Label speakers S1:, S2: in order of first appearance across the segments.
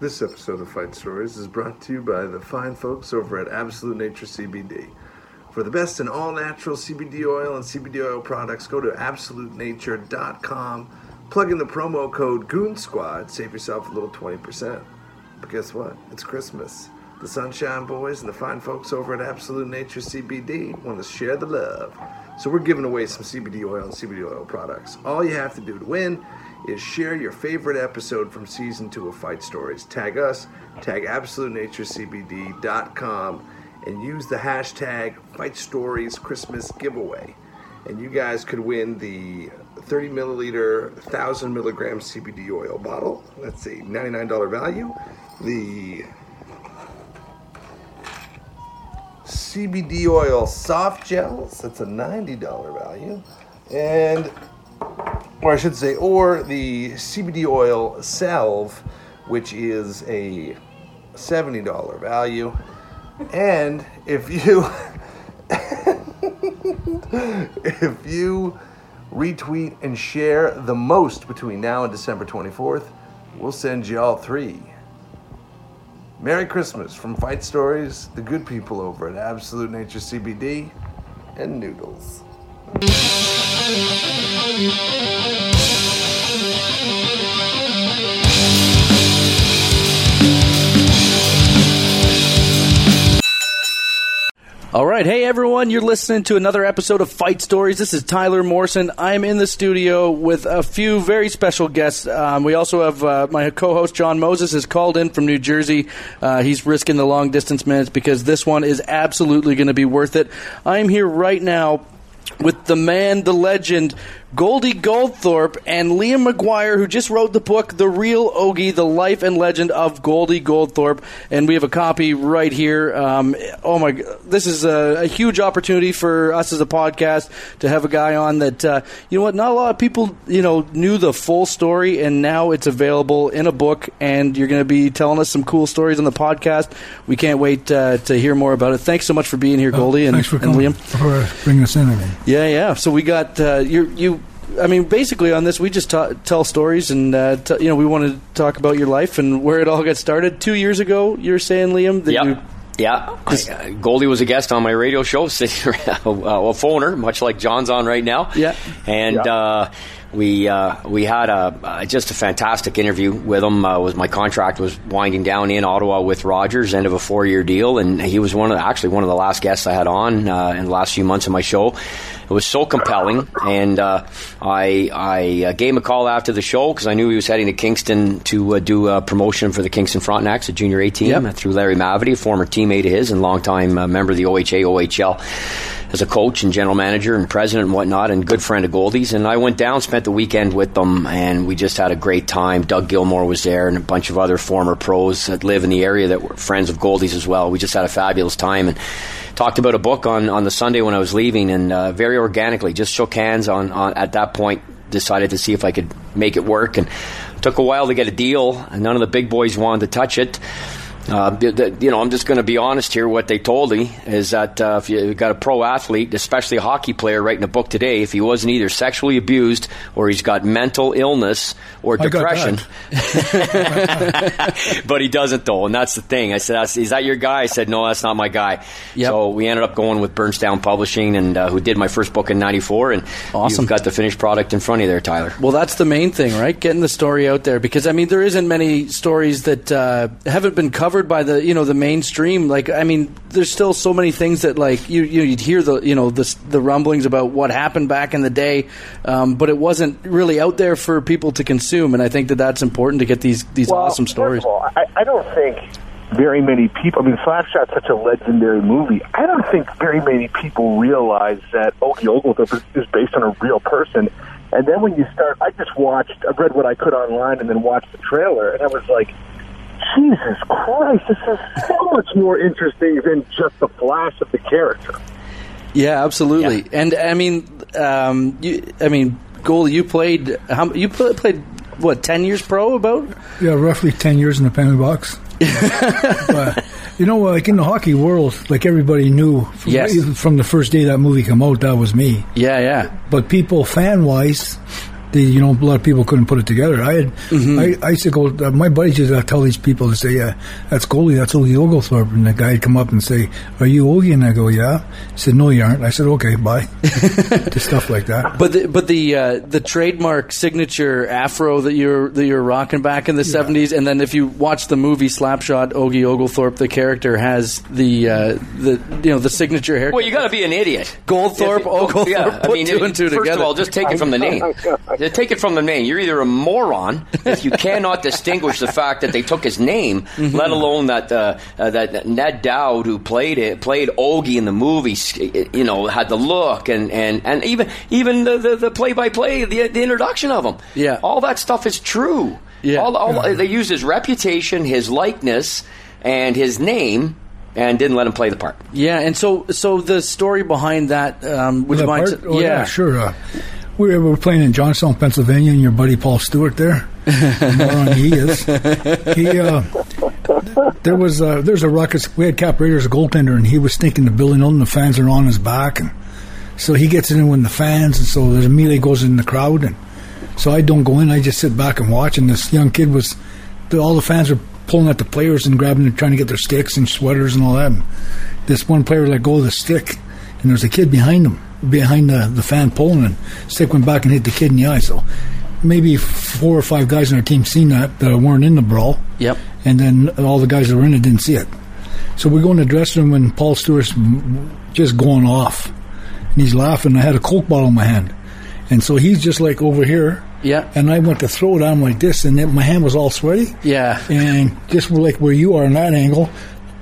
S1: This episode of Fight Stories is brought to you by the fine folks over at Absolute Nature CBD. For the best in all natural CBD oil and CBD oil products, go to absolutenature.com, plug in the promo code Goon Squad, save yourself a little 20%. But guess what? It's Christmas. The Sunshine Boys and the fine folks over at Absolute Nature CBD want to share the love. So we're giving away some CBD oil and CBD oil products. All you have to do to win is share your favorite episode from season two of Fight Stories. Tag us, tag absolutenaturecbd.com, and use the hashtag Fight Stories Christmas Giveaway. And you guys could win the 30 milliliter, 1,000 milligram CBD oil bottle. That's a $99 value. The CBD oil soft gels. That's a $90 value. And, or I should say, or the CBD oil salve, which is a $70 value. And if you, if you retweet and share the most between now and December 24th, we'll send you all three. Merry Christmas from Fight Stories, the good people over at Absolute Nature CBD, and Noodles.
S2: All right, hey everyone, you're listening to another episode of Fight Stories. This is Tyler Morrison. I'm in the studio with a few very special guests. Um, we also have uh, my co-host John Moses is called in from New Jersey. Uh, he's risking the long distance minutes because this one is absolutely going to be worth it. I'm here right now with the man, the legend, Goldie Goldthorpe, and Liam McGuire, who just wrote the book, The Real Ogie, The Life and Legend of Goldie Goldthorpe. And we have a copy right here. Um, oh, my. g- This is a, a huge opportunity for us as a podcast to have a guy on that, uh, you know what, not a lot of people, you know, knew the full story, and now it's available in a book, and you're going to be telling us some cool stories on the podcast. We can't wait uh, to hear more about it. Thanks so much for being here, Goldie, and,
S3: Oh, Thanks for
S2: and
S3: coming,
S2: Liam.
S3: for bringing us in. I mean,
S2: Yeah, yeah. So we got uh, you. You, I mean, basically on this, we just ta tell stories, and uh, t- you know, we want to talk about your life and where it all got started. Two years ago, you were saying, Liam, that
S4: Yeah,
S2: you,
S4: yeah. I- uh, Goldie was a guest on my radio show, sitting around, a phoner, much like John's on right now.
S2: Yeah.
S4: and
S1: Yeah.
S4: Uh, we uh, we had a uh, just a fantastic interview with him. Uh, was my contract was winding down in Ottawa with Rogers, end of a four year deal, and he was one of the, actually one of the last guests I had on uh, in the last few months of my show. It was so compelling, and uh, I I uh, gave him a call after the show because I knew he was heading to Kingston to uh, do a promotion for the Kingston Frontenacs, a junior A team
S2: Yep.
S4: through Larry Mavity, a former teammate of his and longtime uh, member of the OHA, OHL, as a coach and general manager and president and whatnot, and good friend of Goldie's. And I went down, spent the weekend with them, and we just had a great time. Doug Gilmore was there, and a bunch of other former pros that live in the area that were friends of Goldie's as well. We just had a fabulous time and talked about a book on, on the Sunday when I was leaving, and uh, very organically just shook hands on, on at that point. Decided to see if I could make it work, and took a while to get a deal. And none of the big boys wanted to touch it. Uh, the- the- you know, I'm just going to be honest here. What they told me is that uh, if you got a pro athlete, especially a hockey player, writing a book today, if he wasn't either sexually abused or he's got mental illness
S2: Oh,
S4: or
S3: I got
S4: depression, but he doesn't though, and that's the thing. I said, that's, "Is that your guy?" I said, "No, that's not my guy."
S2: Yep.
S4: So we ended up going with Bernstown Publishing, and uh, who did my first book in '94, and
S2: Awesome.
S4: you've got the finished product in front of you there, Tyler.
S2: well, that's the main thing, right? Getting the story out there because I mean, there isn't many stories that uh, haven't been covered by the you know the mainstream. Like, I mean, there's still so many things that like you, you you'd hear the you know the s- the rumblings about what happened back in the day, um, but it wasn't really out there for people to consume. And I think that that's important to get these these awesome stories.
S5: First of all, I, I don't think very many people. I mean, Slapshot's such a legendary movie. I don't think very many people realize that Okie Oglethorpe is, is based on a real person. And then when you start, I just watched, I read what I could online, and then watched the trailer, and I was like, Jesus Christ, this is so much more interesting than just the flash of the character.
S2: Yeah, absolutely. And I mean, um, you, I mean, Goldie, you played how, m- you pl- played what ten years pro about?
S3: yeah, roughly ten years in the penalty box. but you know, like in the hockey world, like everybody knew from,
S2: Yes.
S3: from the first day that movie came out, that was me.
S2: Yeah, yeah,
S3: But people fan wise, the you know a lot of people couldn't put it together. I had
S2: Mm-hmm.
S3: I, I used to go. Uh, my buddies used to tell these people to say, "Yeah, that's goalie. That's Ogie Oglethorpe." And the guy would come up and say, "Are you Ogie?" And I go, "Yeah." He said, "No, you aren't." I said, "Okay, bye." Just stuff like that.
S2: But the, but the uh, the trademark signature afro that you're that you're rocking back in the '70s, and then if you watch the movie Slapshot, Ogie Oglethorpe, the character has the uh, the you know the signature haircut.
S4: Well, you got to be an idiot.
S2: Goldthorpe,
S4: If- oh,
S2: Oglethorpe, put two
S4: if-
S2: and two
S4: first
S2: together.
S4: of all, just take it from the name. Just take it from the name. You're either a moron if you cannot distinguish the fact that they took his name,
S2: Mm-hmm.
S4: let alone that uh, uh, that that Ned Dowd who played it played Ogie in the movie, s- you know, had the look and and, and even even the the, the play-by-play, the, the introduction of him.
S2: Yeah.
S4: all that stuff is true.
S2: Yeah.
S4: All, all, They used his reputation, his likeness, and his name, and didn't let him play the part.
S2: yeah, and so so the story behind that, um, would
S3: Was
S2: you
S3: that
S2: mind?
S3: part?
S2: to-
S3: Oh, sure. Uh, we were, we were playing in Johnstown, Pennsylvania, and your buddy Paul Stewart there. moron he is. He uh, there was uh, there's a ruckus. We had Cap Raiders, a goaltender, and he was stinking the building on. The fans are on his back, and so he gets in with the fans, and so there's immediately goes in the crowd, and so I don't go in. I just sit back and watch. And this young kid was, the- all the fans were pulling at the players and grabbing and trying to get their sticks and sweaters and all that. And this one player let go of the stick, and there's a kid behind him, behind the, the fan pulling, and stick went back and hit the kid in the eye. So maybe four or five guys on our team seen that that weren't in the brawl.
S2: Yep.
S3: And then all the guys that were in it didn't see it. So we go in the dressing room, and Paul Stewart's m- just going off, and he's laughing. I had a Coke bottle in my hand, and so he's just like over here.
S2: Yeah.
S3: And I went to throw it at him like this, and then my hand was all sweaty.
S2: Yeah.
S3: And just like where you are in that angle,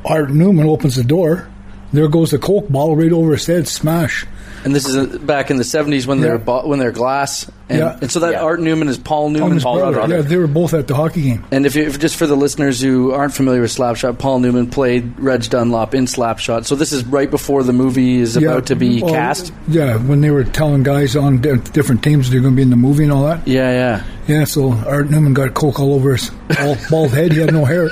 S3: Art Newman opens the door. There goes the Coke bottle right over his head, smash.
S2: And this is uh, back in the '70s when
S3: Yeah.
S2: they're bo- when they're glass, and,
S3: Yeah.
S2: and so that
S4: Yeah.
S2: Art Newman is Paul
S3: On
S2: Newman's
S3: his
S2: brother.
S3: brother. Yeah, they were both at the hockey game.
S2: And if, you, if just for the listeners who aren't familiar with Slapshot, Paul Newman played Reg Dunlop in Slapshot. So this is right before the movie is about to be
S3: well,
S2: cast.
S3: Yeah, when they were telling guys on di- different teams they're going to be in the movie and all that.
S2: Yeah, yeah.
S3: Yeah, so Art Newman got Coke all over his bald, bald head. He had no hair.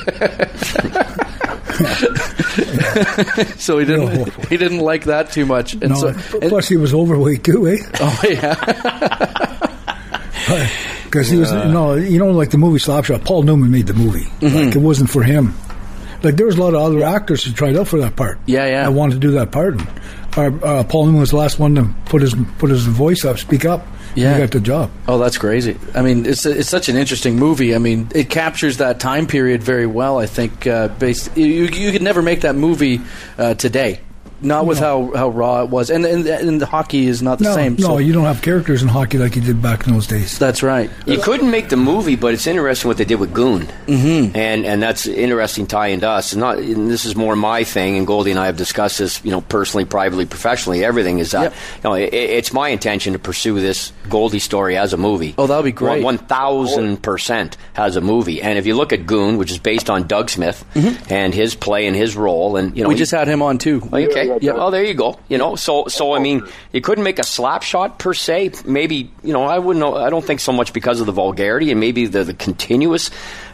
S2: So he
S3: No.
S2: didn't he didn't like that too much. And
S3: No,
S2: so and-
S3: plus, he was overweight too, eh?
S2: oh yeah,
S3: Because he was
S2: Uh,
S3: no, you know, like the movie Slapshot. Paul Newman made the movie.
S2: Mm-hmm.
S3: Like it wasn't for him. Like there was a lot of other actors who tried out for that part.
S2: Yeah, yeah.
S3: I wanted to do that part. And, uh, uh, Paul Newman was the last one to put his put his voice up, speak up. and
S2: Yeah.
S3: he got the job.
S2: oh that's crazy. I mean, it's it's such an interesting movie. I mean, it captures that time period very well. I think uh, based you you could never make that movie uh, today. Not with how, how raw it was, and, and and the hockey is not the
S3: No,
S2: same.
S3: no,
S2: so
S3: you don't have characters in hockey like you did back in those days.
S2: that's right.
S4: You couldn't make the movie, but it's interesting what they did with Goon, mm-hmm. and and that's an interesting tie into us. And not and this is more my thing, and Goldie and I have discussed this, you know, personally, privately, professionally. Everything is that.
S2: Yep.
S4: No, it, it's my intention to pursue this Goldie story as a movie.
S2: Oh, that would be great.
S4: One thousand percent as a movie. And if you look at Goon, which is based on Doug Smith and his play and his role, and you
S2: Mm-hmm. We
S4: know, he-
S2: just had him on too.
S4: Okay.
S5: Yeah,
S4: Yeah,
S5: yeah, yeah.
S4: Well, there you go. You know, so so I mean, you couldn't make a slap shot per se. Maybe you know, I wouldn't. know I don't think so much because of the vulgarity and maybe the, the continuous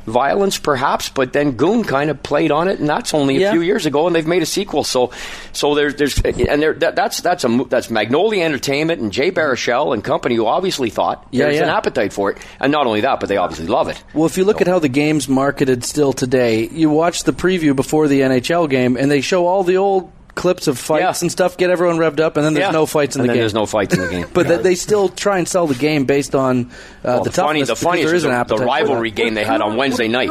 S4: violence, perhaps. But then Goon kind of played on it, and that's only a
S2: Yeah.
S4: few years ago, and they've made a sequel. So so there's there's and there that, that's that's a mo- that's Magnolia Entertainment and Jay Baruchel and company who obviously thought
S2: Yeah,
S4: there's
S2: yeah.
S4: an appetite for it, and not only that, but they obviously love it.
S2: Well, if you look at how the game's marketed still today, you watch the preview before the NHL game, and they show all the old clips of fights
S4: Yeah.
S2: and stuff, get everyone revved up, and then there's
S4: Yeah.
S2: no fights in
S4: And
S2: the
S4: then
S2: game.
S4: There's no fights in the game.
S2: but th- they still try and sell the game based on uh,
S4: Well,
S2: the toughness.
S4: the
S2: because
S4: funny
S2: there
S4: is
S2: is an
S4: the,
S2: appetite
S4: the
S2: for
S4: rivalry
S2: that.
S4: game they had on Wednesday night.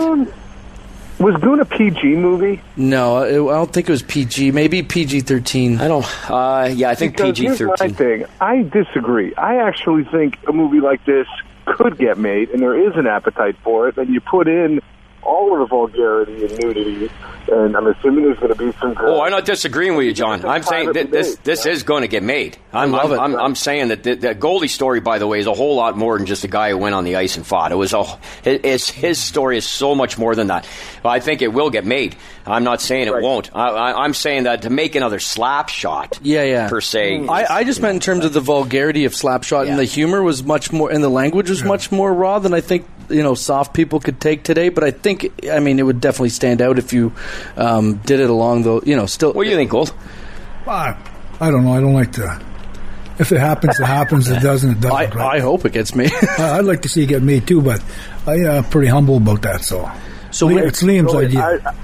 S5: Was Goon a PG movie?
S2: No, I I don't think it was PG. Maybe PG thirteen.
S4: I don't. Uh, yeah, I think
S5: Because
S4: PG
S5: here's my
S4: thirteen.
S5: thing. I disagree. I actually think a movie like this could get made, and there is an appetite for it. And you put in all of the vulgarity and nudity, and I'm assuming there's going to be some.
S4: Oh, I'm not disagreeing with you, John. I'm saying that this this is going to get made. I'm
S2: love
S4: I'm,
S2: it.
S4: I'm, I'm saying that the, the Goldie story, by the way, is a whole lot more than just a guy who went on the ice and fought. It was a it- it's, his story is so much more than that. I think it will get made. I'm not saying it won't. I, I, I'm saying that to make another slap shot.
S2: Yeah, yeah.
S4: Per se.
S2: I, I just meant in terms of the vulgarity of Slapshot, and the humor was much more, and the language was much more raw than I think you know soft people could take today. But I think, I mean, it would definitely stand out if you um, did it along the, you know, still.
S4: what do you think, Gold?
S3: Ah, I don't know. I don't like to. if it happens, it happens. If it doesn't, it
S2: I,
S3: doesn't.
S2: I
S3: right?
S2: hope it gets me.
S3: I, I'd like to see it get me too, but I, uh, I'm pretty humble about that. So,
S2: So
S3: Liam-
S2: we-
S3: it's Liam's
S5: Really,
S3: idea.
S5: I,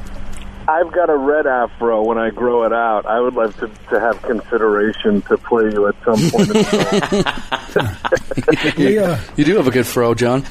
S5: I've got a red afro. When I grow it out, I would like to, to have consideration to play you at some point. in the show.
S3: we, uh,
S2: you do have a good fro, John.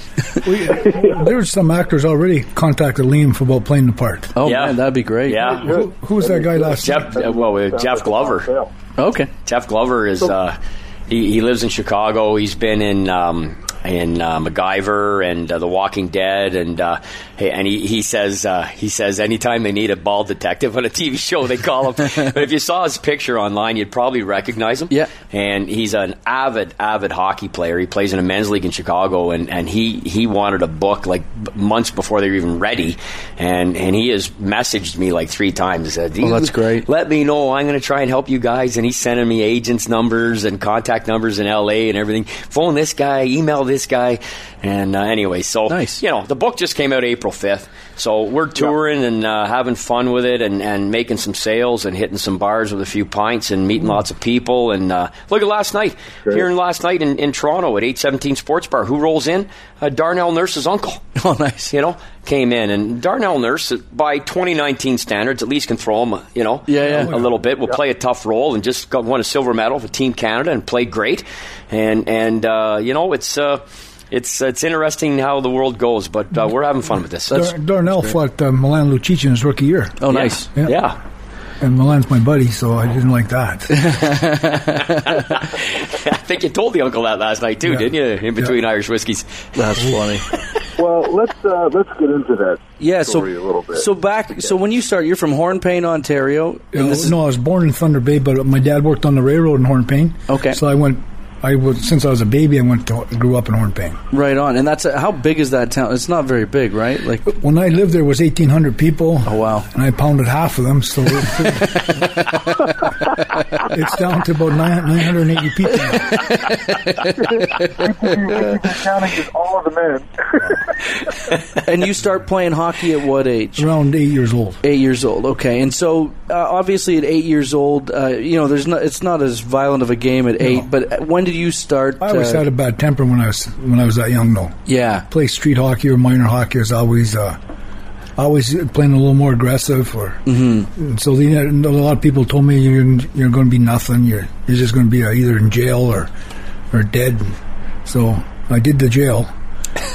S3: we, there were some actors already contacted Liam for about playing the part.
S2: Oh
S4: Yeah.
S2: man, that'd be great.
S4: Yeah.
S3: Who, who was that guy last?
S4: Jeff, uh, well, uh, Jeff Glover.
S5: Yeah.
S2: Okay.
S4: Jeff Glover is uh, he, he lives in Chicago. He's been in um, in uh, MacGyver and uh, The Walking Dead, and uh, he- and he, he says uh, he says anytime they need a bald detective on a TV show, they call him. but if you saw his picture online, you'd probably recognize him.
S2: Yeah.
S4: and he's an avid avid hockey player. He plays in a men's league in Chicago, and, and he he wanted a book like b- months before they were even ready, and and he has messaged me like three times. Said,
S2: Oh, that's great.
S4: let me know. I'm going to try and help you guys. And he's sending me agents' numbers and contact numbers in LA and everything. Phone this guy, email this guy. And uh, anyway, so,
S2: Nice.
S4: you know, the book just came out April 5th. So we're touring and uh, having fun with it and, and making some sales and hitting some bars with a few pints and
S2: Mm.
S4: meeting lots of people. And uh, look at last night, here in last night in, in Toronto at 817 Sports Bar. Who rolls in? Uh, Darnell Nurse's uncle
S2: Oh, nice.
S4: you know, came in. And Darnell Nurse, by 2019 standards, at least can throw him, you know,
S2: Yeah, yeah.
S4: a little bit. Will play a tough role and just got, won a silver medal for Team Canada and played great. And and uh, you know, it's uh, it's it's interesting how the world goes, but uh, we're having fun with this.
S3: Dar- Darnell fought uh, Milan Lucic in his rookie year,
S2: Oh, nice.
S4: yeah.
S3: Yeah.
S4: yeah.
S3: and Milan's my buddy, so I didn't like that.
S4: I think you told the uncle that last night too,
S3: Yeah.
S4: didn't you? In between Irish whiskeys.
S2: That's funny.
S5: Well, let's uh, let's get into that.
S2: Yeah. So
S5: story a little bit.
S2: so back. So when you start, you're from Hornpain, Ontario.
S3: You know, no, I was born in Thunder Bay, but my dad worked on the railroad in Hornpain.
S2: Okay.
S3: so I went. I was since I was a baby. I went to grew up in Hornpain.
S2: Right on. And that's how big is that town? It's not very big, right? Like
S3: When I lived there, it was eighteen hundred people.
S2: Oh, wow.
S3: And I pounded half of them, so it's down to about nine hundred eighty people. now.
S5: counting is all of the men.
S2: and you start playing hockey at what age?
S3: Around eight years old.
S2: Eight years old. Okay, and so uh, obviously at eight years old, uh, you know, there's not it's not as violent of a game at eight. But uh, when did you start?
S3: I always
S2: uh,
S3: had a bad temper when I was when I was that young, though.
S2: yeah.
S3: Play street hockey or minor hockey is always uh, always playing a little more aggressive, or And so the, a lot of people told me you're you're going to be nothing. You're you're just going to be uh, either in jail or or dead. So I did the jail.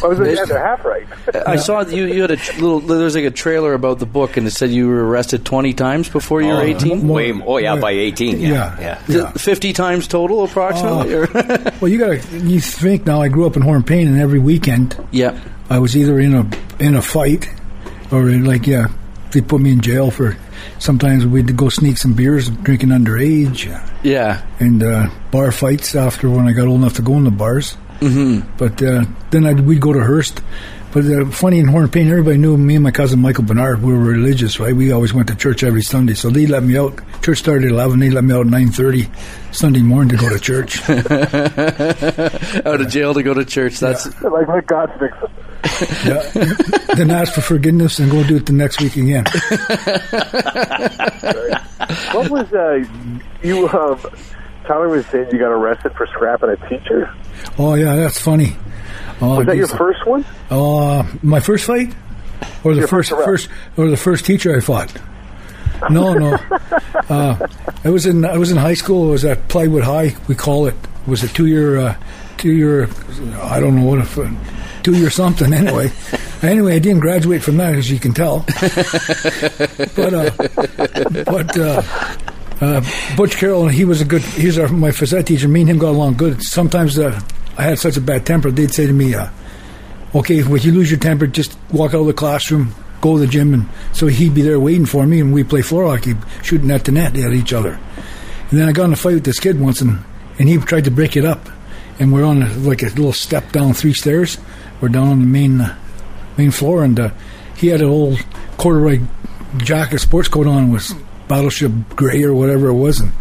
S5: I was like, yeah, they're half right.
S2: I saw that you you had a tr- little. There's like a trailer about the book, and it said you were arrested 20 times before you were 18.
S3: more-
S4: Way, oh yeah, by 18. Yeah,
S3: Yeah. Oh.
S4: yeah.
S2: Is it 50 times total, approximately. or-
S3: Well, you got to you think now. I grew up in Hornpain, and every weekend
S2: yeah.
S3: I was either in a in a fight or in like yeah, they put me in jail for. Sometimes we'd go sneak some beers, drinking underage,
S2: Yeah.
S3: and uh, bar fights after when I got old enough to go in the bars. Mm-hmm. But uh, then I'd, we'd go to Hearst. But uh, funny in Hornpain, everybody knew me and my cousin Michael Bernard. We were religious, right? We always went to church every Sunday, so they let me out. Church started at eleven. They let me out at nine thirty Sunday morning to go to church.
S2: Out of jail to go to church. That's
S5: like let God fix it.
S3: Yeah. then ask for forgiveness and go do it the next week again.
S5: What was uh, you? Um, Tyler was saying you got arrested for scrapping a teacher.
S3: Oh yeah, that's funny. Oh,
S5: Was that your
S3: geez.
S5: first one?
S3: Uh, my first fight, or the
S5: Your
S3: first
S5: first
S3: first,
S5: arrest.
S3: or the first teacher I fought. No, no. uh, I was in I was in high school. It was at Plywood High. We call it. It was a two year uh, two year. I don't know what if two year something. Anyway, anyway, I didn't graduate from that, as you can tell. but uh, but. Uh, uh, Butch Carroll, he was a good. He was our, my phys ed teacher. Me and him got along good. Sometimes uh, I had such a bad temper. They'd say to me, uh, "Okay, if you lose your temper, just walk out of the classroom, go to the gym." And so he'd be there waiting for me, and we play floor hockey, shooting at the net at each other. And then I got in a fight with this kid once, and and he tried to break it up. And we're on like a little step down three stairs. We're down on the main uh, main floor, and uh, he had an old corduroy jacket, sports coat on, was battleship gray or whatever it was, and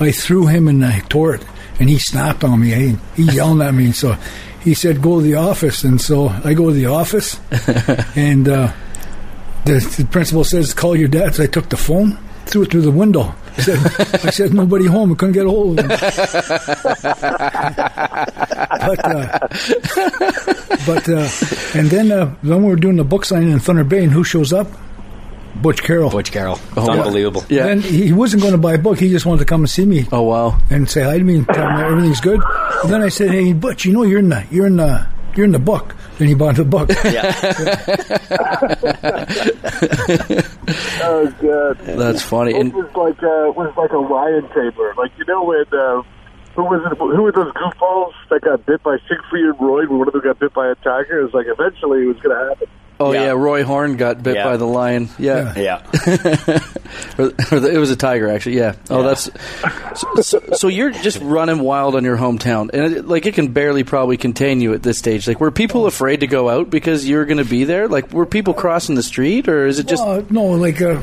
S3: I threw him and I tore it, and he snapped on me. eh? He yelled at me, so he said, "Go to the office." And so I go to the office, and uh, the, the principal says, "Call your dad." So I took the phone, threw it through the window. I said, I said nobody home. I couldn't get a hold of him. but uh, but uh, and then uh, then we were doing the book signing in Thunder Bay, and who shows up? Butch Carroll.
S4: Butch Carroll. It's unbelievable.
S2: Yeah.
S3: And he wasn't going to buy a book. He just wanted to come and see me
S2: Oh wow.
S3: and say hi to me and tell him everything's good. And then I said, "Hey, Butch, you know you're in the you're in the you're in the book." Then he bought the book.
S4: Yeah.
S5: Oh, God.
S2: That's funny.
S5: It
S2: And
S5: was like uh, was like a lion tamer. Like you know when uh, who was it? Who were those goofballs that got bit by Siegfried and Roy? When one of them got bit by a tiger, it was like eventually it was going to happen.
S2: oh yeah.
S4: Yeah.
S2: Roy Horn got bit
S4: Yeah.
S2: by the lion. Yeah.
S4: yeah.
S2: Or- or the- it was a tiger actually. Yeah. Oh, that's so, so, so you're just running wild on your hometown, and it, like it can barely probably contain you at this stage. Like, were people afraid to go out because you're going to be there? Like, were people crossing the street, or is it just?
S3: Uh, no, like uh,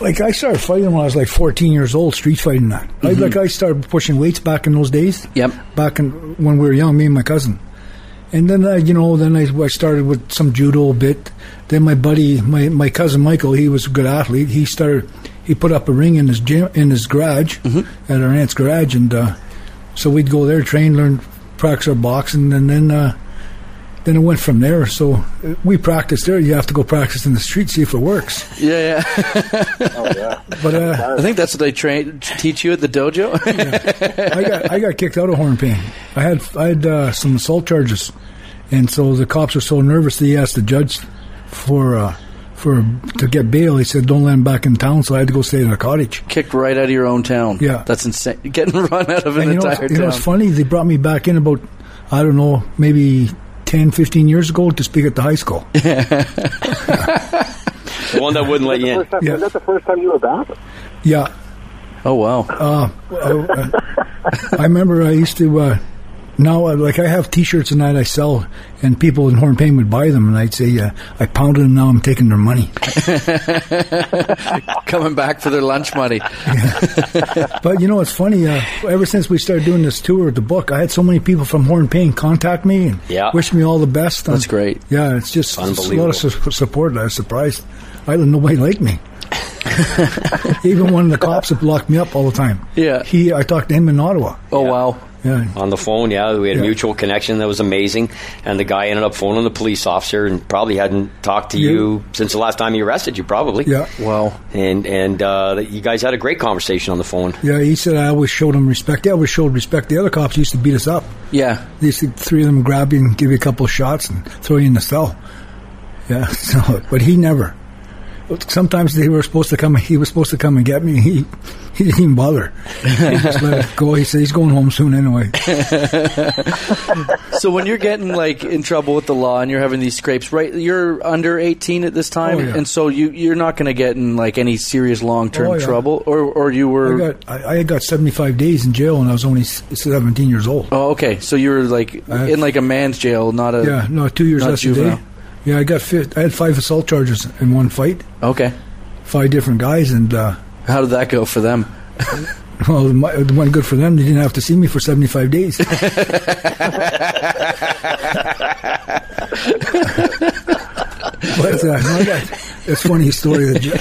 S3: like I started fighting when I was like 14 years old, street fighting that. Like, like I started pushing weights back in those days.
S2: Yep.
S3: Back in when we were young, me and my cousin. And then I, you know, then I, I started with some judo bit. Then my buddy, my, my cousin Michael, he was a good athlete. He started, he put up a ring in his gym, in his garage, at our aunt's garage, and uh, so we'd go there, train, learn, practice our boxing, and then uh, then it went from there. So uh, we practiced there. You have to go practice in the street, see if it works.
S2: Yeah, yeah.
S5: Oh,
S3: But uh,
S2: I think that's what they train teach you at the dojo.
S3: I got I got kicked out of Hornpain. I had I had uh, some assault charges, and so the cops were so nervous that he asked the judge for uh, for to get bail. He said, "Don't let him back in town." So I had to go stay in a cottage.
S2: Kicked right out of your own town.
S3: Yeah.
S2: that's insane. Getting run out of an
S3: And you know,
S2: entire
S3: you know,
S2: town.
S3: it's funny. They brought me back in about I don't know, maybe 10, 15 years ago to speak at the high school.
S4: The one that wouldn't let you in.
S5: First time,
S3: Yeah.
S5: Was that the first time you were back?
S3: yeah, uh,
S2: Oh wow.
S3: I remember I used to. Uh, now, uh, like I have T-shirts and that I sell, and people in Horn Pain would buy them, and I'd say, uh, "I pounded them. Now I'm taking their money."
S2: coming back for their lunch money.
S3: But you know, it's funny. Uh, ever since we started doing this tour with the book, I had so many people from Horn Pain contact me and
S4: Yeah.
S3: wish me all the best.
S2: That's great.
S3: Yeah, it's just it's a lot
S4: Unbelievable.
S3: of su- support. I was surprised. I didn't nobody liked me. Even one of the cops that locked me up all the time.
S2: Yeah.
S3: he. I talked to him in Ottawa.
S2: Oh wow.
S3: Yeah,
S4: on the phone. Yeah, we had a
S3: Yeah.
S4: mutual connection that was amazing, and the guy ended up phoning the police officer and probably hadn't talked to
S3: Yeah.
S4: you since the last time he arrested you, probably.
S3: yeah.
S2: Wow.
S4: And and uh, you guys had a great conversation on the phone.
S3: Yeah, he said I always showed him respect. I always showed respect. The other cops used to beat us up.
S2: Yeah.
S3: They used to, three of them grab you and give you a couple of shots and throw you in the cell. Yeah, so, but he never. Sometimes they were supposed to come. He was supposed to come and get me. and He he didn't even bother. He just let it go. He said he's going home soon anyway.
S2: So when you're getting like in trouble with the law and you're having these scrapes, right? You're under 18 at this time,
S3: Oh, yeah.
S2: and so you you're not going to get in like any serious long term
S3: Oh, yeah.
S2: trouble, or or you
S3: I
S2: were.
S3: got I, I got seventy five days in jail and I was only s- seventeen years old.
S2: Oh, okay. So you were like
S3: I-
S2: in like a man's jail, not a.
S3: Yeah, no, two years
S2: Not
S3: less a day.
S2: juvenile.
S3: Yeah, I got fi- I had five assault charges in one fight,
S2: Okay.
S3: five different guys, and. uh
S2: How did that go for them?
S3: Well, my, it went good for them. They didn't have to see me for 75 days. but uh, no, that, it's funny story. The ju-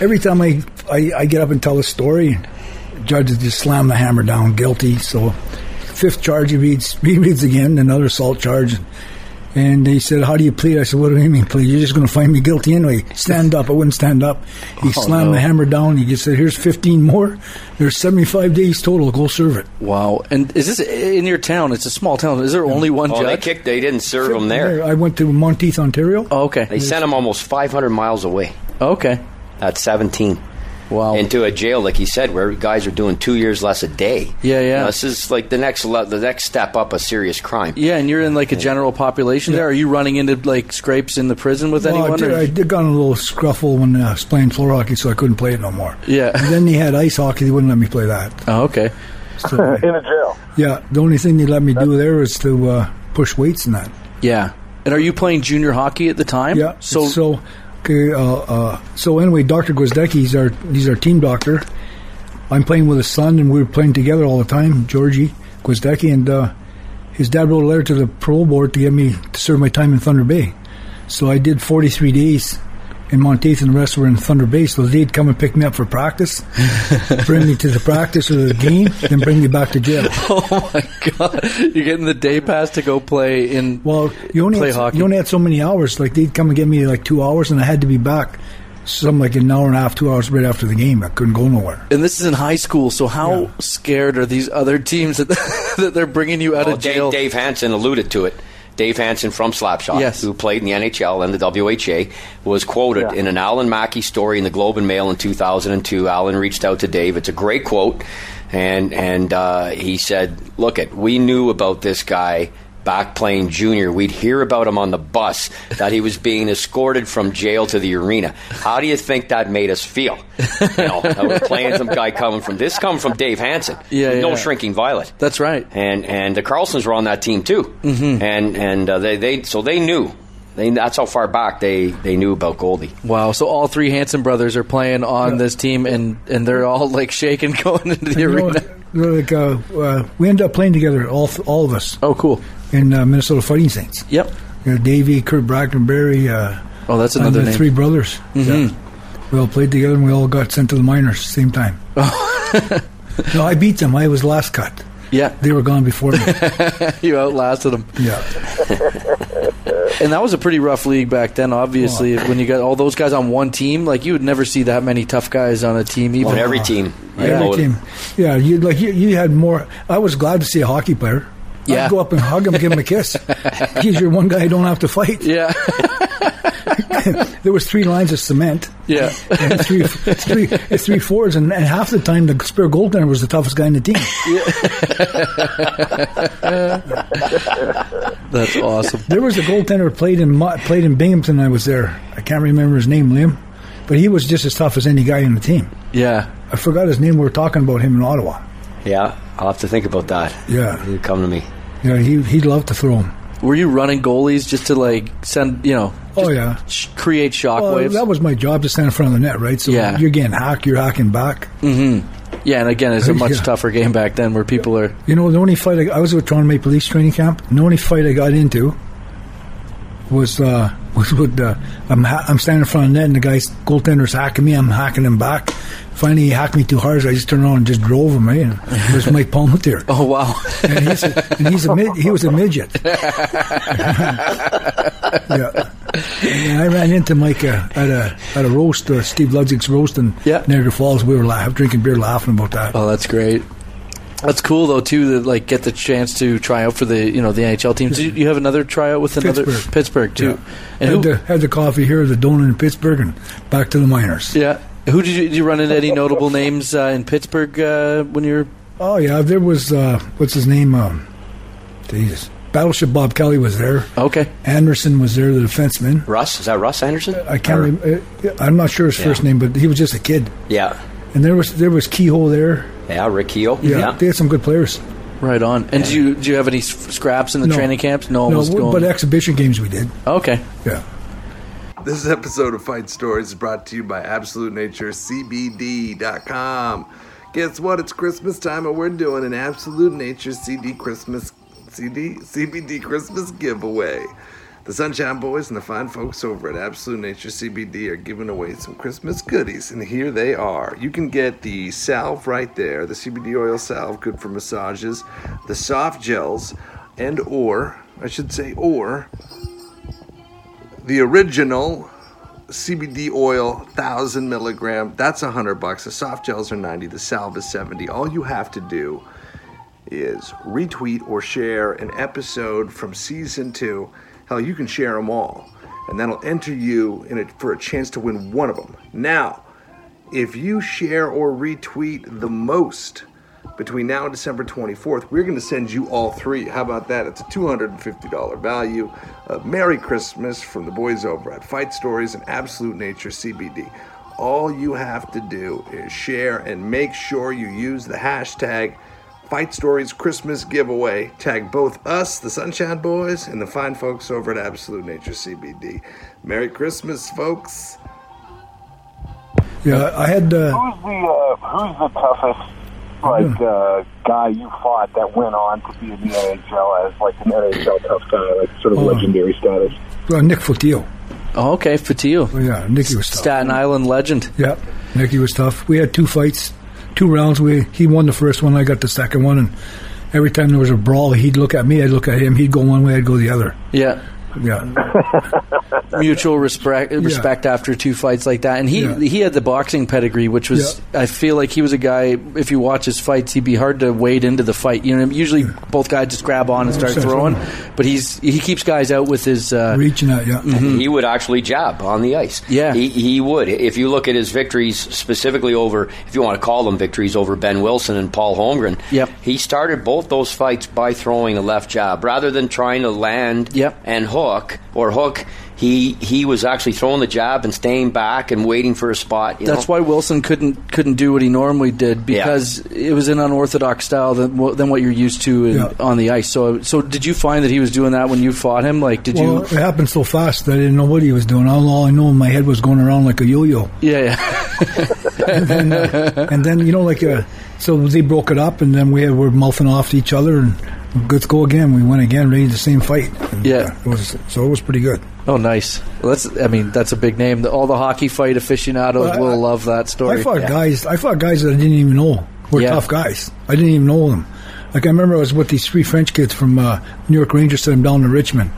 S3: Every time I, I, I get up and tell a story, judges just slam the hammer down, guilty. So, fifth charge, he reads, he reads again, another assault charge. And he said, "How do you plead?" I said, "What do you mean plead? You're just going to find me guilty anyway. Stand up." I wouldn't stand up. He slammed
S2: Oh, no.
S3: the hammer down. He just said, "Here's 15 more. There's 75 days total. Go serve it."
S2: Wow. And is this in your town? It's a small town. Is there only one
S4: Oh, they
S2: judge?
S4: kicked. They didn't serve him there.
S3: I went to Monteith, Ontario.
S2: Oh, okay.
S4: They sent him almost 500 miles away
S2: okay.
S4: at 17
S2: Wow.
S4: into a jail, like he said, where guys are doing two years less a day.
S2: Yeah, yeah.
S4: Now, this is like the next le- the next step up a serious crime.
S2: yeah, and you're in like a general population there. Are you running into like scrapes in the prison with
S3: Well, I
S2: anyone?
S3: did,
S2: or-
S3: I did got in a little scruffle when I was playing floor hockey, so I couldn't play it no more.
S2: Yeah.
S3: And then they had ice hockey. They wouldn't let me play that.
S2: Oh, okay.
S3: So,
S5: In a jail.
S3: yeah, the only thing they let me do there was to uh, push weights and that.
S2: Yeah. And are you playing junior hockey at the time?
S3: Yeah.
S2: So,
S3: so, okay, uh, uh, so anyway, Doctor Gwizdecki, he's our he's our team doctor. I'm playing with his son, and we were playing together all the time, Georgie Gwizdecki, and uh, his dad wrote a letter to the parole board to get me to serve my time in Thunder Bay. So I did 43 days in Monteith and the rest were in Thunder Bay. So they'd come and pick me up for practice, bring me to the practice or the game, then bring me back to jail.
S2: Oh my god! You're getting the day pass to go play in.
S3: Well, you only
S2: Play
S3: had,
S2: hockey.
S3: you only had so many hours. Like they'd come and give me like two hours, and I had to be back some like an hour and a half, two hours right after the game. I couldn't go nowhere.
S2: and this is in high school, so how scared are these other teams that, that they're bringing you out
S4: Well,
S2: of jail?
S4: Oh, Dave, Dave Hansen alluded to it. Dave Hansen from Slapshot,
S2: Yes.
S4: who played in the NHL and the WHA, was quoted in an Alan Mackey story in the Globe and Mail in 2002. Alan reached out to Dave. It's a great quote, and and uh, he said, "Look, it. We knew about this guy." Back playing junior, we'd hear about him on the bus that he was being escorted from jail to the arena. How do you think that made us feel? You know, I was playing some guy coming from this coming from Dave Hansen.
S2: Yeah,
S4: no
S2: yeah.
S4: shrinking violet
S2: That's right.
S4: and and the Carlsons were on that team too, mm-hmm. and and uh, they they so they knew, they that's how far back they they knew about Goldie.
S2: Wow! So all three Hanson brothers are playing on this team, and and they're all like shaking going into the
S3: You know,
S2: arena.
S3: like uh, uh, we ended up playing together, all all of us
S2: Oh, cool.
S3: in uh, Minnesota Fighting Saints.
S2: Yep.
S3: You know, Davey, Kurt Brackenberry. Uh,
S2: Oh, that's another
S3: and
S2: name.
S3: the
S2: Mm-hmm.
S3: three brothers. Yeah. We all played together, and we all got sent to the minors same time. no, I beat them. I was last cut.
S2: Yeah,
S3: They were gone before me.
S2: you outlasted them,
S3: yeah,
S2: and that was a pretty rough league back then. Obviously, when you got all those guys on one team, like you would never see that many tough guys on a team. Even
S4: On every team, right?
S3: yeah,
S4: Loaded.
S3: team. Yeah, you like you, you had more. I was glad to see a hockey player.
S2: Yeah.
S3: I'd go up and hug him, give him a kiss. Because you're one guy you don't have to fight.
S2: Yeah,
S3: There was three lines of cement.
S2: yeah.
S3: and three, three, it's three forwards, and, and half the time the spare goaltender was the toughest guy in the team.
S2: That's awesome.
S3: There was a goaltender who played in Mo- played in Binghamton. I was there. I can't remember his name, Liam, but he was just as tough as any guy in the team.
S2: Yeah.
S3: I forgot his name. We were talking about him in Ottawa.
S4: Yeah, I'll have to think about that.
S3: Yeah.
S4: you come to me.
S3: Yeah, he he loved to throw him.
S2: Were you running goalies just to like send you know?
S3: Oh yeah.
S2: Sh- create
S3: Well,
S2: shockwaves.
S3: that was my job to stand in front of the net, right? So
S2: Yeah.
S3: you're getting hacked, you're hacking back.
S2: yeah, and again, it's a much
S3: Yeah.
S2: tougher game back then where people are.
S3: You know, the only fight I, I was with Toronto Maple Leafs training camp. and The only fight I got into was uh, was with uh, I'm ha- I'm standing in front of the net and the guy's goaltender's hacking me. I'm hacking him back. Finally, he hacked me too hard, so I just turned around and just drove him. Right, and there's Mike Palmetier.
S2: Oh wow!
S3: and he's a, and he's a mid, he was a midget. yeah. And I ran into Mike uh, at a at a roast, uh, Steve Ludzik's roast in
S2: Yeah.
S3: Niagara Falls. We were laugh, drinking beer, laughing about that.
S2: oh, that's great. That's cool though too to like get the chance to try out for the you know the NHL team. Do you, you have another tryout with another
S3: Pittsburgh.
S2: Pittsburgh too?
S3: Yeah.
S2: And
S3: had,
S2: who,
S3: the, had the coffee here, the donut in Pittsburgh, and back to the minors.
S2: yeah, who did you, did you run into any notable names uh, in Pittsburgh uh, when you were?
S3: Oh yeah, there was uh, what's his name? Um, Jesus, Battleship Bob Kelly was there.
S2: Okay,
S3: Anderson was there, the defenseman.
S4: Russ, is that Russ Anderson?
S3: I can't. Rem- uh, I'm not sure his first name, but he was just a kid.
S4: yeah,
S3: And there was there was Keyhole there.
S4: yeah, Rick Keogh.
S3: Yeah, they had some good players.
S2: right on. And do you do you have any s- scraps in the
S3: No.
S2: training camps? No, one
S3: No,
S2: was
S3: w-
S2: going.
S3: but exhibition games we did.
S2: okay,
S3: Yeah.
S1: This episode of Fight Stories is brought to you by Absolute Nature CBD.com. Guess what? It's Christmas time and we're doing an Absolute Nature CD Christmas CD CBD Christmas giveaway. The Sunshine Boys and the fine folks over at Absolute Nature CBD are giving away some Christmas goodies, and here they are. You can get the salve right there, the CBD oil salve, good for massages, the soft gels, and or, I should say, or the original CBD oil, thousand milligram. That's a hundred bucks. The soft gels are ninety. The salve is seventy. All you have to do is retweet or share an episode from season two. Hell, you can share them all, and that'll enter you in it for a chance to win one of them. Now, if you share or retweet the most between now and December 24th, we're going to send you all three. How about that? It's a $250 value. Uh, Merry Christmas from the boys over at Fight Stories and Absolute Nature CBD. All you have to do is share and make sure you use the hashtag Fight Stories Christmas Giveaway. Tag both us, the Sunshine Boys, and the fine folks over at Absolute Nature CBD. Merry Christmas, folks.
S3: Yeah, I had. Uh,
S5: Who's the uh, Who's the toughest like uh, guy you fought that went on to be in the NHL as like an NHL tough guy, like sort of
S3: Oh.
S5: legendary status?
S3: uh, Nick Fotillo.
S2: Oh, okay, Fatiu.
S3: Oh, yeah, Nikki was tough.
S2: Staten Island legend.
S3: Yeah, Nikki was tough. We had two fights, two rounds. We he won the first one, I got the second one, and every time there was a brawl, he'd look at me, I'd look at him. He'd go one way, I'd go the other.
S2: Yeah.
S3: Yeah,
S2: Mutual respect respect after two fights like that. And he
S3: Yeah.
S2: he had the boxing pedigree, which was I feel like he was a guy if you watch his fights, he'd be hard to wade into the fight. You know, usually both guys just grab on and start
S3: Start
S2: throwing.
S3: throwing.
S2: But he's he keeps guys out with his uh,
S3: reaching out. Yeah,
S4: He would actually jab on the ice.
S2: Mm-hmm. Yeah.
S4: He, he would. If you look at his victories specifically over, if you want to call them victories over Ben Wilson and Paul Holmgren,
S2: Yep.
S4: he started both those fights by throwing a left jab. Rather than trying to land
S2: Yep.
S4: and hook or hook, he, he was actually throwing the jab and staying back and waiting for a spot. You
S2: That's
S4: know?
S2: why Wilson couldn't couldn't do what he normally did because it was an unorthodox style than, wha- than what you're used to in,
S3: Yeah.
S2: on the ice. So, so did you find that he was doing that when you fought him? Like, did
S3: well, it
S2: you?
S3: happened so fast that I didn't know what he was doing. All, all I know, my head was going around like a yo-yo.
S2: Yeah, yeah.
S3: and then you know, like, uh, so they broke it up, and then we had, were mouthing off to each other, and let's go again. We went again, ready the same fight. And,
S2: Yeah.
S3: uh, it was so it was pretty good.
S2: oh, nice. Well, that's. I mean, that's a big name. The- All the hockey fight aficionados
S3: Well, I-
S2: will
S3: I-
S2: love that story.
S3: I fought
S2: Yeah.
S3: guys. I fought guys that I didn't even know were
S2: Yeah.
S3: tough guys. I didn't even know them. Like I remember, I was with these three French kids from uh, New York Rangers. Sent them down to Richmond,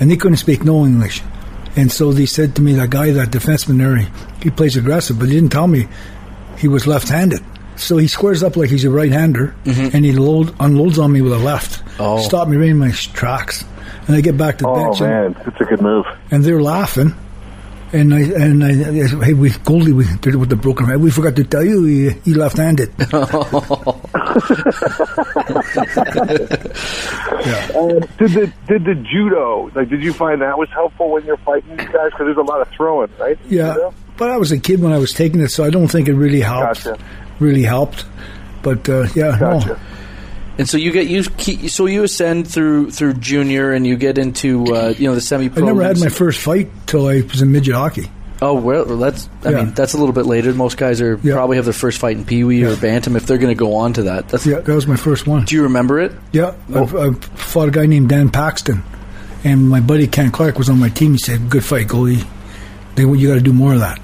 S3: and they couldn't speak no English. And so they said to me, that guy, that defenseman there, he, he plays aggressive, but he didn't tell me he was left-handed. So he squares up like he's a right-hander, and he load, unloads on me with a left.
S2: Mm-hmm. Oh.
S3: Stop me right in my sh- tracks. And I get back to the
S5: Oh
S3: bench, and-
S5: man, it's a good move.
S3: and they're laughing. And I and I, I said, hey, we Goldie, we did it with the broken hand. We forgot to tell you, he, he left-handed.
S5: Um, did the did the judo like? Did you find that was helpful when you're fighting these guys? Because there's a lot of throwing, right?
S3: yeah, Oh.
S5: Judo?
S3: but I was a kid when I was taking it, so I don't think it really helped.
S5: Gotcha.
S3: Really helped, but uh, yeah,
S5: Gotcha.
S2: And so you get you keep, so you ascend through through junior and you get into uh, you know the semi
S3: no,
S2: pro.
S3: I never had my first fight till I was in midget hockey.
S2: Oh well, that's. I
S3: Yeah.
S2: mean, that's a little bit later. Most guys are
S3: Yeah.
S2: probably have their first fight in Pee Wee or Bantam if they're going to go on to that. That's.
S3: Yeah, that was my first one.
S2: Do you remember it?
S3: Yeah,
S5: Oh.
S3: I, I fought a guy named Dan Paxton, and my buddy Ken Clark was on my team. He said, "Good fight, Goldie. They, you got to do more of that."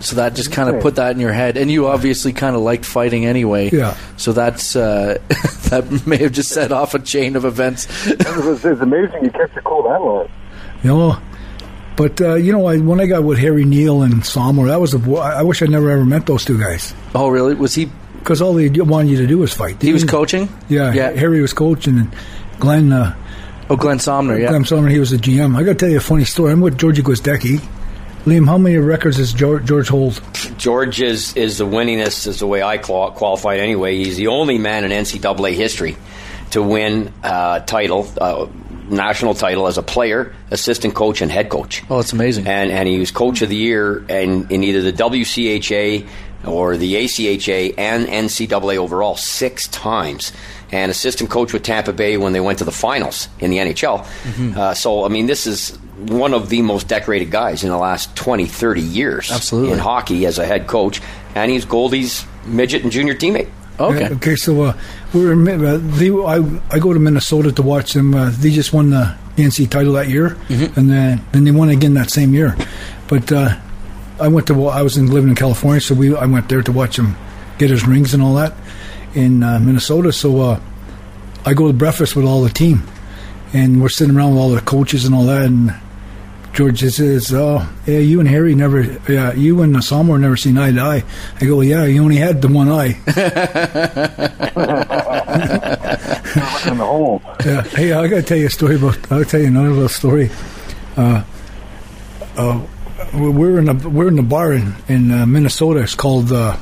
S2: So that just kind of put that in your head, and you obviously kind of liked fighting anyway.
S3: Yeah.
S2: So that's uh, that may have just set off a chain of events.
S5: It's, it's amazing you kept your cool that long.
S3: you know. But uh, you know, I, when I got with Harry Neal and Sommer, that was a, I wish I never ever met those two guys
S2: oh, really? Was he?
S3: because all they do- wanted you to do was fight.
S2: He was
S3: Didn't-
S2: coaching.
S3: Mm. Yeah,
S2: Yeah.
S3: Harry was coaching, and Glenn, uh,
S2: Oh, Glenn Somner. Yeah.
S3: Glenn Sommer, he was the GM. I got to tell you a funny story. I'm with Georgie Gwizdecki. Liam, how many records does George, George hold?
S4: George is, is the winningest, is the way I qual- qualified anyway. He's the only man in NCAA history to win a title, uh, national title, as a player, assistant coach, and head coach.
S2: Oh, it's amazing.
S4: And, and he was coach of the year and in either the WCHA or the ACHA and NCAA overall six times. And assistant coach with Tampa Bay when they went to the finals in the NHL.
S2: Mm-hmm.
S4: Uh, so, I mean, this is one of the most decorated guys in the last 20, 30 years
S2: Absolutely.
S4: in hockey as a head coach. And he's Goldie's midget and junior teammate.
S2: okay.
S3: Yeah, okay. So uh, we were in, Min- uh, they, I, I go to Minnesota to watch them. Uh, they just won the NC title that year, and then then they won again that same year. But uh, I went to wa- I was in, living in California, so we I went there to watch him get his rings and all that in uh, Minnesota. So uh, I go to breakfast with all the team, and we're sitting around with all the coaches and all that, and. George just says, "Oh, yeah, you and Harry never, yeah, you and Salmore never seen eye to eye." I go, "Yeah, you only had the one eye."
S5: In the hole.
S3: Yeah. Hey, I gotta tell you a story about. I'll tell you another little story. Uh, uh, we- we're in a we're in a bar in in uh, Minnesota. It's called. Uh,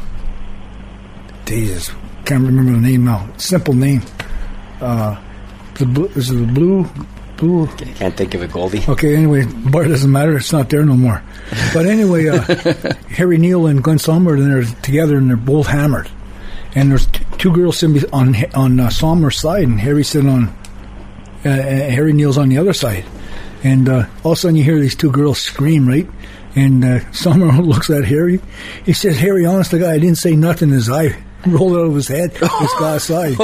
S3: Jesus, can't remember the name now. Simple name. Uh, the blue is it the blue blue
S4: Can't think of it, Goldie.
S3: Okay, anyway, bar doesn't matter. It's not there no more. But anyway, uh, Harry Neal and Glenn Sommer, and they're together, and they're both hammered. And there's t- two girls sitting be- on Ha- on uh, Sommer's side, and Harry's sitting on uh, uh, Harry Neal's on the other side. And uh, all of a sudden, you hear these two girls scream, right? And uh, Sommer looks at Harry. He says, "Harry, honest to God, I didn't say nothing." His eye rolled out of his head, his glass eye.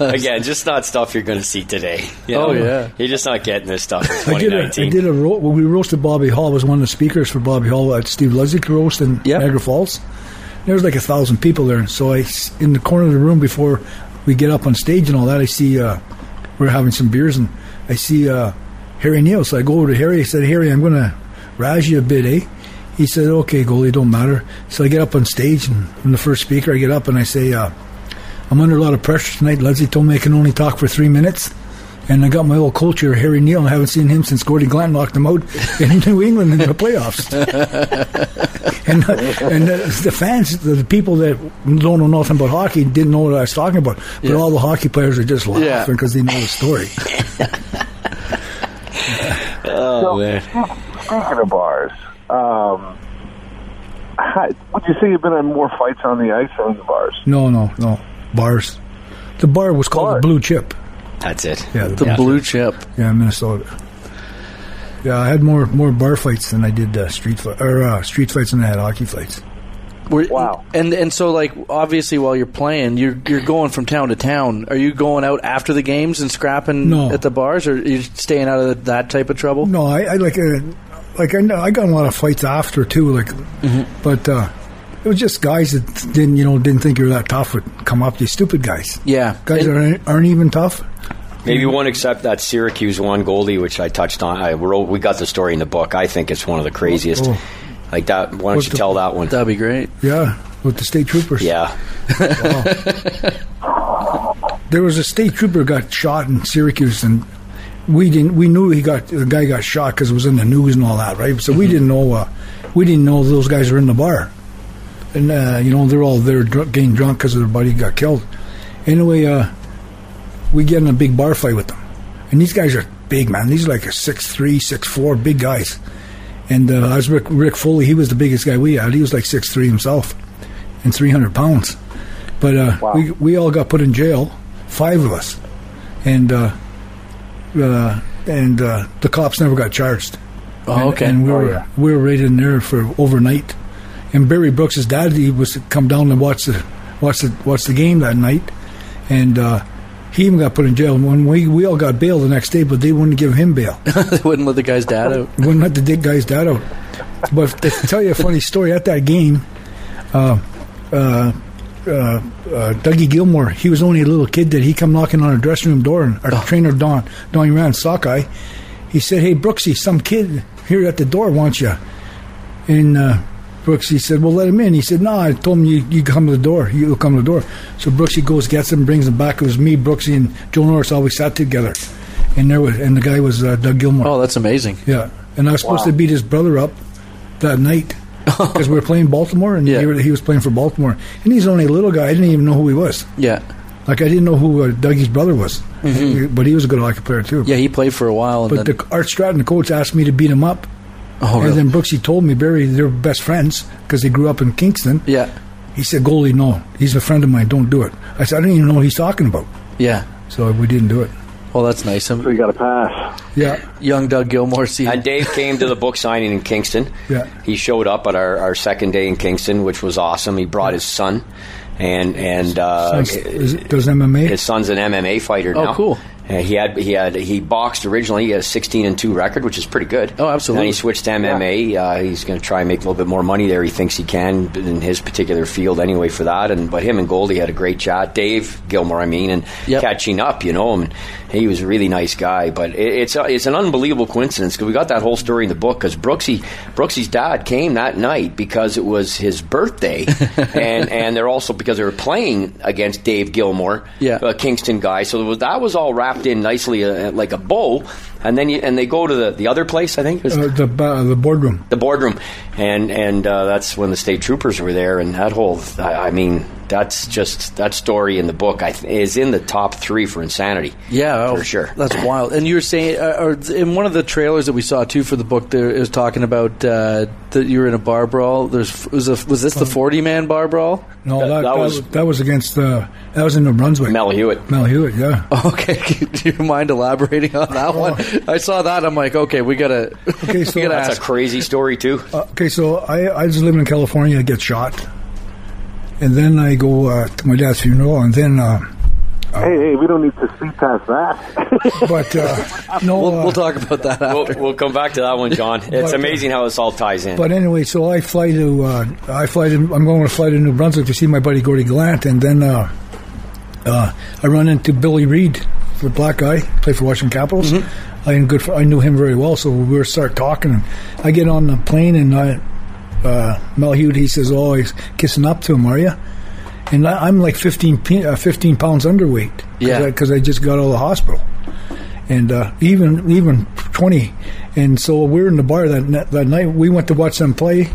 S4: Again, just not stuff you're going to see today. you
S2: Oh,
S4: know?
S2: yeah.
S4: You're just not getting this stuff in
S3: I did a, I
S4: 2019.
S3: did a ro- when we roasted Bobby Hall. I was one of the speakers for Bobby Hall at Steve Luzik roast in
S2: Yep.
S3: Niagara Falls. There was like a thousand people there, so I s- in the corner of the room before we get up on stage and all that. I see uh, we're having some beers and I see uh, Harry Neal. So I go over to Harry. I said, Harry, I'm going to razz you a bit, eh? He said, Okay, goalie, don't matter. So I get up on stage and I'm the first speaker. I get up and I say. Uh, I'm under a lot of pressure tonight. Leslie told me I can only talk for three minutes. And I got my old coach here, Harry Neal. I haven't seen him since Gordy Glenn knocked him out in New England in the playoffs. and uh, and the, the fans, the, people that don't know nothing about hockey, didn't know what I was talking about. But all the hockey players are just
S2: Yeah.
S3: laughing because they know the story.
S4: Oh, man.
S5: Speaking of bars, um, hi, would you say you've been on more fights on the ice or in the bars?
S3: No, no, no. Bars. The bar was called
S5: Bar.
S3: the Blue Chip.
S4: That's it.
S3: Yeah,
S2: The
S3: yeah.
S2: blue chip.
S3: Yeah, Minnesota. Yeah, I had more more bar fights than I did uh, street fight or uh, street fights than I had hockey fights.
S2: Were-
S5: Wow.
S2: And and so like obviously while you're playing, you're you're going from town to town. Are you going out after the games and scrapping
S3: No.
S2: at the bars, or are you staying out of that type of trouble?
S3: No, I, I like uh, like I know I got in a lot of fights after too. Like,
S2: Mm-hmm.
S3: but uh, it was just guys that didn't you know didn't think you were that tough would come up. These stupid guys.
S2: Yeah.
S3: guys that
S2: And-
S3: aren't, aren't even tough.
S4: Maybe one except that Syracuse one goalie, which I touched on. I wrote, we got the story in the book. I think it's one of the craziest.
S3: Oh.
S4: Like that. Why don't
S3: What
S4: you
S3: the-
S4: tell that one?
S2: That'd be great.
S3: Yeah, with the state troopers.
S4: yeah.
S3: there was a state trooper got shot in Syracuse, and we didn't. We knew he got the guy got shot because it was in the news and all that, right? So we didn't know. Uh, we didn't know those guys were in the bar, and uh, you know they're all there drunk, getting drunk because their buddy got killed. Anyway, uh, we get in a big bar fight with them, and these guys are big, man. These are like a six three, six four, big guys. And uh, I was Rick, Rick Foley. He was the biggest guy we had. He was like six three himself, and three hundred pounds. But uh, we we all got put in jail, five of us, and uh, uh, and uh, the cops never got charged.
S2: Oh, okay.
S3: And, and we were
S5: Oh, yeah.
S3: we were right in there for overnight. And Barry Brooks' dad he was to come down and watch the watch the watch the game that night, and uh, he even got put in jail. When we we all got bail the next day, but they wouldn't give him bail.
S2: they wouldn't let the guy's dad out.
S3: Wouldn't let the dick guy's dad out. But to tell you a funny story, at that game, uh, uh, uh, uh, Dougie Gilmore, he was only a little kid that he come knocking on our dressing room door, and our trainer Don Don Rand Sockeye, he said, "Hey Brooksy, some kid here at the door wants you." And uh, Brooksy said, "Well, let him in." He said, "No, I told him you you come to the door. You'll come to the door." So Brooksy goes, gets him, brings him back. It was me, Brooksy, and Joe Norris always sat together, and there was and the guy was uh, Doug Gilmore.
S2: Oh, that's amazing.
S3: Yeah, and I was supposed to beat his brother up that night because we were playing Baltimore, and
S2: Yeah.
S3: he, were- he was playing for Baltimore. And he's only a little guy; I didn't even know who he was.
S2: Yeah.
S3: Like I didn't know who uh, Dougie's brother was, but he was a good hockey player too.
S2: Mm-hmm. Yeah, he played for a while and
S3: But
S2: then
S3: the Art Stratton, the coach, asked me to beat him up,
S2: Oh, really?
S3: and then Brooksy told me Barry, they're best friends because they grew up in Kingston.
S2: Yeah.
S3: He said, "Goalie, no, he's a friend of mine. Don't do it." I said, "I don't even know what he's talking about,"
S2: Yeah.
S3: so we didn't do it.
S2: Well, that's nice. Um,
S5: We got to pass.
S3: Yeah,
S2: young Doug Gilmore. See,
S4: And Dave came to the book signing in Kingston.
S3: Yeah.
S4: He showed up at our, our second day in Kingston, which was awesome. He brought his son, and and uh,
S3: Sounds- is it- does MMA?
S4: his son's an MMA fighter
S2: Oh,
S4: now.
S2: cool.
S4: Uh, he had he had he boxed originally. He had a sixteen and two record, which is pretty good.
S2: Oh, absolutely.
S4: Then he switched to MMA. Uh, he's going to try and make a little bit more money there. He thinks he can in his particular field anyway for that. And but him and Goldie had a great chat. Dave Gilmore, I mean, and
S2: Yep.
S4: catching up. You know, and he was a really nice guy. But it, it's a, it's an unbelievable coincidence because we got that whole story in the book because Brooksy Brooksy's dad came that night because it was his birthday, and and they're also because they were playing against Dave Gilmore
S2: Yeah.
S4: a Kingston guy. So there was, that was all wrapped in nicely, uh, like a bow. And then you, and they go to the, the other place. I think it was
S3: Uh, the ba- the boardroom.
S4: the boardroom, and and uh, that's when the state troopers were there. And that whole, I, I mean, that's just that story in the book I th- is in the top three for insanity.
S2: Yeah,
S4: for
S2: oh,
S4: sure.
S2: That's wild. And you were saying, uh, or th- in one of the trailers that we saw too for the book, there it was talking about uh, that you were in a bar brawl. There's f- was a, was this the forty man bar brawl?
S3: No,
S4: That-
S3: that,
S4: that
S3: that,
S4: was-
S3: was that was against uh, that was in New Brunswick.
S4: Mel Hewitt.
S3: Mel Hewitt, yeah.
S2: Okay, do you mind elaborating on that one? I saw that. I'm like, okay, we gotta.
S3: Okay, so
S2: gotta
S4: That's a
S2: ask.
S4: crazy story too.
S3: uh, okay, so I I was living in California. I get shot, and then I go uh, to my dad's funeral, and then. Uh,
S5: hey, hey, we don't need to see past that.
S3: but uh, no,
S2: We'll,
S3: uh,
S2: we'll talk about that after.
S4: We'll, we'll come back to that one, John. It's
S3: But, uh,
S4: amazing how this all ties in.
S3: But anyway, so I fly to uh, I fly to I'm going to fly to New Brunswick to see my buddy Gordy Glant, and then uh, uh, I run into Billy Reed, the black guy, played for Washington Capitals. I am good. For, I knew him very well, so we were start talking. And I get on the plane, and I uh, Mel Hute, he says, "Oh, he's kissing up to him, are you?" And I, I'm like 15, pe- uh, 15 pounds underweight.
S2: Yeah.
S3: Because I just got out of the hospital and uh, even even twenty. And so we were in the bar that ni- that night. We went to watch them play,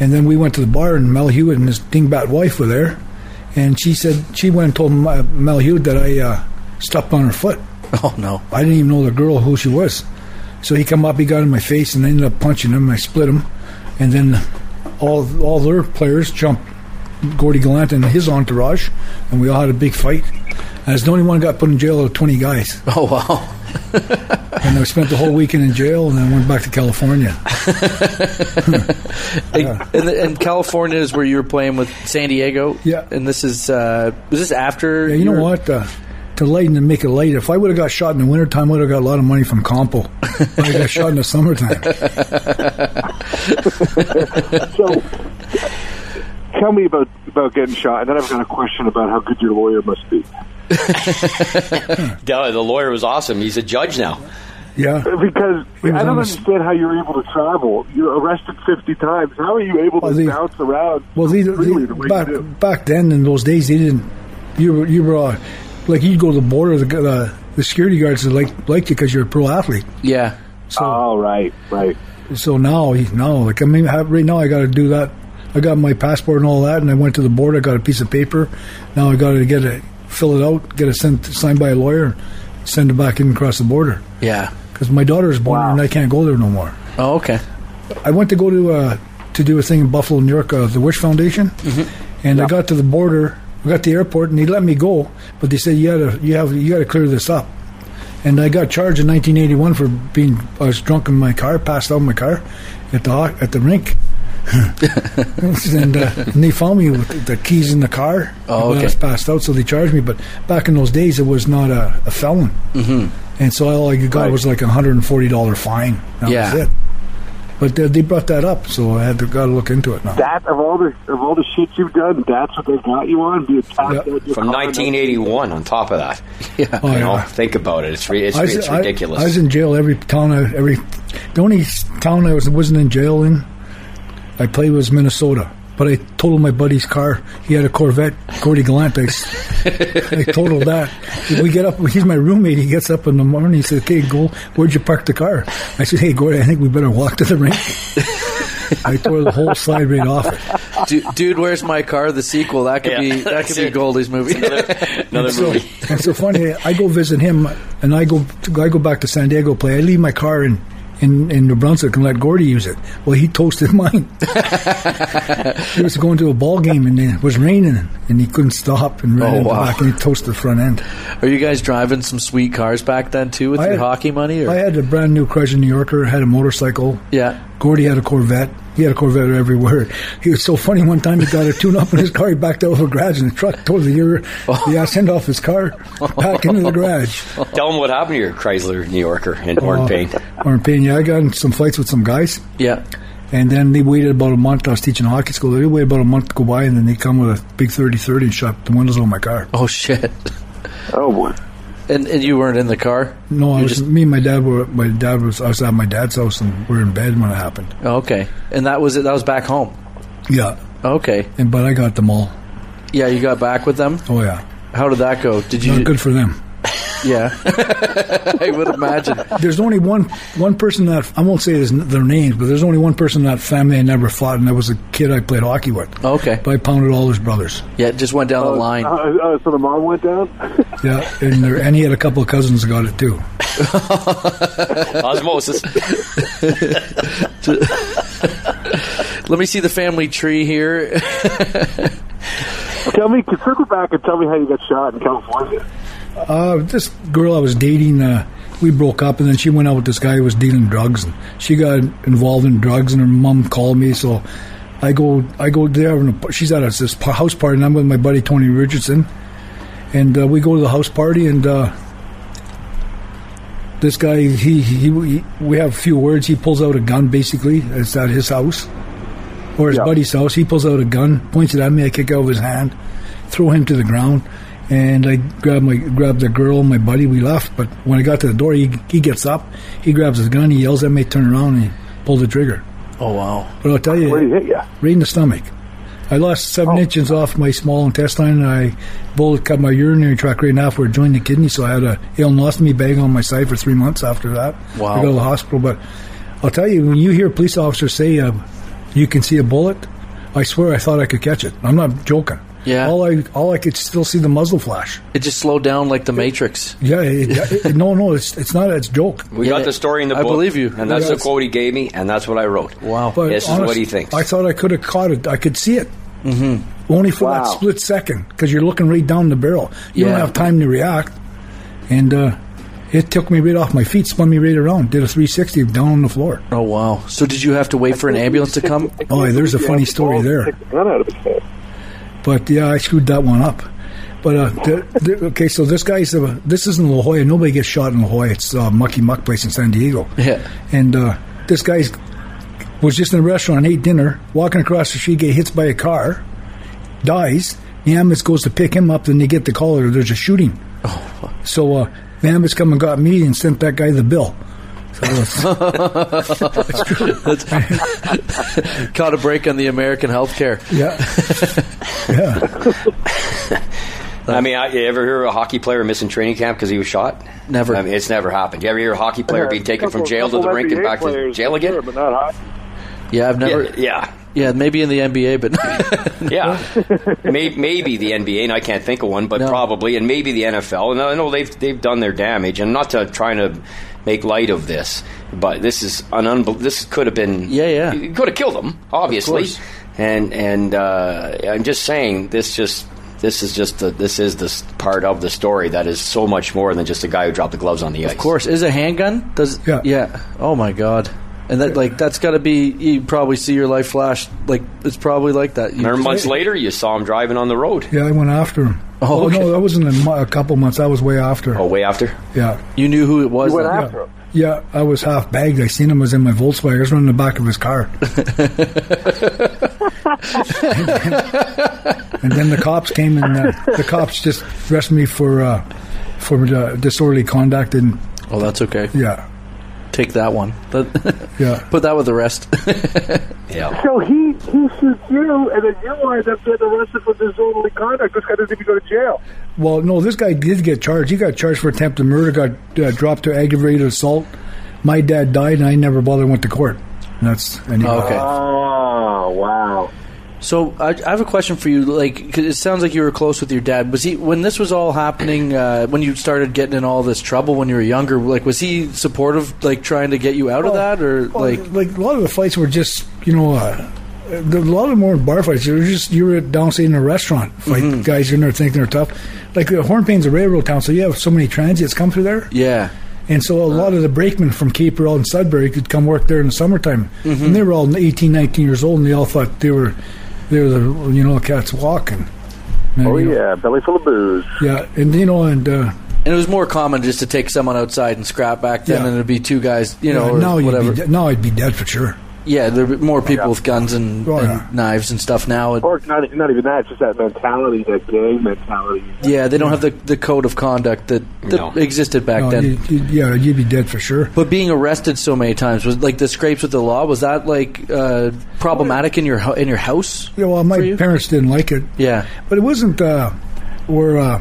S3: and then we went to the bar, and Mel Hewitt and his dingbat wife were there, and she said she went and told my, Mel Hewitt that I uh, stepped on her foot.
S2: Oh no!
S3: I didn't even know the girl who she was. So he come up, he got in my face, and I ended up punching him. I split him, and then all all their players jumped Gordy Gallant and his entourage, and we all had a big fight. I was the only one who got put in jail out of twenty guys.
S2: Oh
S3: uh,
S2: wow!
S3: And I spent the whole weekend in jail and then went back to California.
S2: And, and California is where you were playing with San Diego.
S3: Yeah.
S2: And this is uh, was this after?
S3: Yeah, you know
S2: were-
S3: what? Uh, to lighten and make it light. If I would have got shot in the wintertime, I would have got a lot of money from Compo. But I got shot in the summertime.
S5: so, tell me about about getting shot, and then I've got a question about how good your lawyer must be.
S4: the, the lawyer was awesome. He's a judge now.
S3: Yeah.
S5: Because
S3: He was
S5: I
S3: on
S5: don't
S3: the s-
S5: understand how you're able to travel. You're arrested 50 times. How are you able to
S3: Well, the-
S5: bounce around?
S3: Well, they,
S5: freely
S3: they,
S5: the way
S3: back
S5: you do?
S3: back then in those days, they didn't. You were you were uh, like you'd go to the border. The gu- uh, the security guards would like like you because you're a pro athlete.
S2: Yeah.
S3: So
S5: Oh, right, right.
S3: so now you- now like I mean I- right now I got to do that. I got my passport and all that, and I went to the board. I got a piece of paper. Now I got to get it, fill it out, get it sent signed by a lawyer, send it back in across the border
S2: Yeah.
S3: because my daughter is born
S5: Wow.
S3: and I can't go there no more.
S2: Oh okay.
S3: I went to go to uh, to do a thing in Buffalo, New York, uh, the Wish Foundation,
S2: Mm-hmm.
S3: and I got to the border, I got to the airport, and they let me go, but they said you gotta you have you gotta clear this up, and I got charged in 1981 for being I was drunk in my car, passed out in my car, at the ho- at the rink. and, uh, and they found me with the keys in the car.
S2: Oh,
S3: when
S2: okay.
S3: I was passed out, so they charged me. But back in those days, it was not a, a felon, mm-hmm. and so all I got
S5: Right.
S3: was like a hundred and forty dollar fine. That
S2: Yeah.
S3: was it. But they, they brought that up, so I had to got to look into it now.
S5: That of all the of all the shit you've done, that's what they got you on. Be attacked
S3: Yeah.
S5: with your
S4: From
S5: car.
S4: 1981 on top of that.
S3: Oh,
S4: You know,
S3: yeah.
S4: think about it. It's, re- it's,
S3: was-
S4: it's
S3: I, was
S4: ridiculous.
S3: in jail every town. I, every the only town I was wasn't in jail in I played was Minnesota. But I totaled my buddy's car. He had a Corvette, Gordy Gallant. I, s- I totaled that. We get up. He's my roommate. He gets up in the morning. He says, "Okay, go. Where'd you park the car?" I said, "Hey, Gordy, I think we better walk to the rink." I tore the whole side right off it.
S2: Dude, dude, where's my car? The sequel that could
S4: Yeah.
S2: be that could be
S4: That's it.
S2: Goldie's movie.
S4: Another
S3: so,
S4: movie.
S3: and so funny. I go visit him, and I go I go back to San Diego play. I leave my car in in, in New Brunswick and let Gordy use it. Well, he toasted mine. he was going to a ball game and it was raining, and he couldn't stop and ran
S2: Oh,
S3: in the
S2: wow.
S3: back and he toasted the front end.
S2: Are you guys driving some sweet cars back then too with
S3: I
S2: your
S3: had-
S2: hockey money? Or?
S3: I had a brand new Chrysler New Yorker, had a motorcycle.
S2: yeah.
S3: Gordy had a Corvette. He had a Corvette everywhere. He was so funny. One time he got a tune-up in his car. He backed out of a garage in the truck, tore the ear,
S2: Oh.
S3: the ass end off his car, back into the garage.
S4: Tell them what happened to your Chrysler New Yorker in
S3: Uh,
S4: Orange Payne.
S3: Orange Payne, yeah. I got in some fights with some guys,
S2: Yeah.
S3: and then they waited about a month. I was teaching hockey school. They waited about a month to go by, and then they come with a big 30-30 and shot the windows on my car.
S2: Oh shit.
S5: Oh boy.
S2: And and you weren't in the car?
S3: No, I
S2: You
S3: was,
S2: just-
S3: me and my dad were my dad was I was at my dad's house and we were in bed when it happened.
S2: Oh, okay. And that was it. That was back home.
S3: Yeah,
S2: Okay.
S3: and but I got them all.
S2: Yeah, you got back with them.
S3: Oh yeah,
S2: How did that go? Did you?
S3: not good for them.
S2: Yeah. I would imagine.
S3: There's only one one person that I won't say his, their names, but there's only one person in that family I never fought, and that was a kid I played hockey with.
S2: Okay.
S3: But Oh, uh-huh. I pounded all his brothers.
S2: Yeah, it just went down the line.
S5: Uh, uh, so the mom went down.
S3: Yeah, and, there, and he had a couple of cousins that got it too.
S4: Osmosis.
S2: Let me see the family tree here.
S5: tell me, circle back and tell me how you got shot in California.
S3: Uh, this girl I was dating, uh, we broke up, and then she went out with this guy who was dealing drugs, and she got involved in drugs, and her mom called me, so I go I go there and she's at a, this house party and I'm with my buddy Tony Richardson, and uh, we go to the house party and uh, this guy he, he he we have a few words. He pulls out a gun basically. It's at his house or his
S5: Yeah.
S3: buddy's house. He pulls out a gun, points it at me. I kick out of his hand, throw him to the ground, and I grab my grab the girl, my buddy. We left, but when I got to the door, he he gets up, he grabs his gun, he yells at me, turn around, and he pulls the trigger.
S2: Oh wow.
S3: But I'll tell you,
S5: Where do you hit you?
S3: right in the stomach. I lost
S2: Oh.
S3: seven inches off my small intestine. And I bullet cut my urinary tract right in half where it joined the kidney, so I had a ileostomy bag on my side for three months after that.
S2: Wow.
S3: I go to the hospital, but I'll tell you, when you hear police officers say uh, you can see a bullet, I swear I thought I could catch it. I'm not joking.
S2: Yeah.
S3: All I all I could still see the muzzle flash.
S2: It just slowed down like the Matrix.
S3: Yeah. It, it- no, no, it's it's not a joke.
S4: We
S2: Yeah,
S4: got the story in the
S2: I
S4: book.
S2: believe you.
S4: And that's
S3: Yeah,
S4: the
S3: it's-
S4: quote he gave me, and that's what I wrote.
S2: Wow.
S3: But
S4: This is
S3: honest,
S4: what he thinks.
S3: I thought I could have caught it. I could see it. Mm-hmm. Only for that
S5: Wow.
S3: split second, because you're looking right down the barrel. You
S2: Yeah.
S3: don't have time to react. And uh, it took me right off my feet, spun me right around, did a 360 down on the floor.
S2: Oh wow. So did you have to wait for an ambulance to come?
S3: Oh, there's a
S5: You
S3: funny
S5: have to
S3: story
S5: balls to
S3: there.
S5: take the gun out of his hand.
S3: But yeah, I screwed that one up. But uh, the, the, okay, so this guy's uh, this isn't La Jolla. Nobody gets shot in La Jolla. It's uh, Mucky Muck place in San Diego.
S2: Yeah.
S3: And uh, this guy's was just in a restaurant, ate dinner, walking across the street, get hit by a car, dies. The ambulance goes to pick him up, then they get the call that there's a shooting.
S2: Oh,
S3: So uh, the ambulance come and got me and sent that guy the bill. So it's,
S2: Caught a break on the American healthcare.
S3: yeah, yeah.
S4: I mean, I, you ever hear of a hockey player missing training camp because he was shot?
S2: Never.
S4: I mean, it's never happened. You ever hear a hockey player being taken from
S5: Couple-
S4: jail to the
S5: couple
S4: rink and
S5: NBA
S4: back to
S5: players,
S4: jail again?
S5: Sure, but not hockey.
S2: Yeah, I've never. Yeah,
S4: Yeah,
S2: maybe in the NBA, but
S4: yeah. May, maybe the NBA, and I can't think of one, but
S2: No.
S4: probably, and maybe the NFL. And I know they've they've done their damage, and not to trying to make light of this, but this is an unbel- This could have been.
S2: Yeah, yeah.
S4: You could have killed them, obviously.
S2: course.
S4: and and uh, I'm just saying, this just. This is just the, this is the s- part of the story that is so much more than just a guy who dropped the gloves on the ice.
S2: of course, is a handgun? Does
S3: Yeah.
S2: Oh my god. And that like that's got to be you probably see your life flash like it's probably like that. You,
S4: Remember months later, you saw him driving on the road.
S3: Yeah, I went after him.
S2: Oh, okay.
S3: no, that wasn't a, mo- a couple months. I was way after.
S4: Oh, way after.
S3: Yeah.
S2: you knew who it was.
S5: You went
S2: then.
S5: after him.
S3: Yeah, I was half bagged. I seen him I was in my Volkswagen. I was running the back of his car. and then the cops came and uh, the cops just arrested me for uh, for uh, disorderly conduct and
S2: Oh, that's okay.
S3: yeah,
S2: Take that one. That-
S3: yeah.
S2: Put that with the rest.
S4: Yeah.
S5: So he he shoots you, and then you wind up getting arrested for disorderly conduct. This guy doesn't even go to jail.
S3: Well, no, this guy did get charged. He got charged for attempted murder. Got uh, dropped to aggravated assault. My dad died, and I never bothered went to court. And that's anyway.
S2: okay.
S5: Oh wow!
S2: So I, I have a question for you. Like, 'cause it sounds like you were close with your dad. Was he when this was all happening? Uh, when you started getting in all this trouble when you were younger? Like, was he supportive? Like, trying to get you
S3: Oh.
S2: out of that, or
S3: Well,
S2: like,
S3: like a lot of the fights were just you know uh, the, a lot of more bar fights. They were just you were downstate in a restaurant fight.
S2: Mm-hmm.
S3: Guys in there thinking they're tough. Like uh, Hornpain's a railroad town, so you have so many transits come through there,
S2: yeah,
S3: and so
S2: Uh-huh.
S3: a lot of the brakemen from Cape Royal and Sudbury could come work there in the summertime,
S2: Mm-hmm.
S3: and they were all 18, 19 years old, and they all thought they were they were the you know cats walking. And,
S5: Oh
S3: you know,
S5: yeah, belly full of booze.
S3: yeah, and you know, and uh,
S2: and it was more common just to take someone outside and scrap back then,
S3: Yeah.
S2: and it'd be two guys, you know,
S3: yeah,
S2: or
S3: now
S2: whatever.
S3: you'd be de- now I'd be dead for sure.
S2: yeah, there were more people with guns and,
S3: Oh,
S2: and
S3: yeah.
S2: knives and stuff now. It-
S5: Or not, not even that. It's just that mentality, that gang mentality.
S2: yeah, they don't have the, the code of conduct that, that
S4: No.
S2: existed back
S3: No,
S2: then.
S3: you, you, yeah, you'd be dead for sure.
S2: but being arrested so many times was like the scrapes with the law. Was that like uh, problematic in your hou- in your house?
S3: Yeah, well, my
S2: for you?
S3: parents didn't like it.
S2: Yeah.
S3: but it wasn't uh, where uh,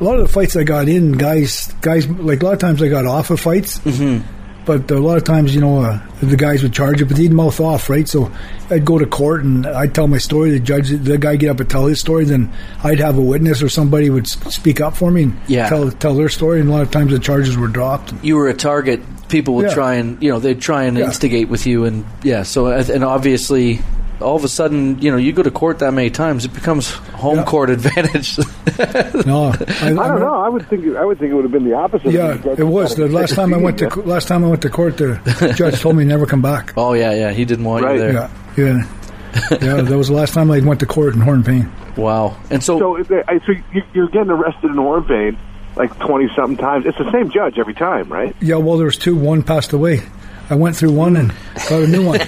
S3: a lot of the fights I got in, guys, guys, like a lot of times I got off of fights, mm-hmm. but a lot of times, you know, uh, the guys would charge it, but they'd mouth off, right? So I'd go to court and I'd tell my story. The judge, the guy, get up and tell his story. Then I'd have a witness or somebody would s- speak up for me and
S2: Yeah.
S3: tell tell their story. And a lot of times the charges were dropped.
S2: you were a target. People would
S3: Yeah.
S2: try and you know they'd try and
S3: Yeah.
S2: instigate with you, and yeah. So uh, and obviously, all of a sudden, you know, you go to court that many times, it becomes home
S3: Yeah.
S2: court advantage.
S3: No,
S5: I don't know. I would think it- I would think it would have been the opposite.
S3: Yeah, it was the last time I went to co- last time I went to court. The judge told me never come back.
S2: oh yeah, yeah. He didn't want you
S5: Right.
S2: there.
S3: Yeah, yeah. yeah, that was the last time I went to court in horn pain.
S2: Wow. And so,
S5: So, if they, I- so you- you're getting arrested in Orvane like twenty something times. It's the same judge every time, right?
S3: Yeah, well, there was two. One passed away. I went through one and got a new one.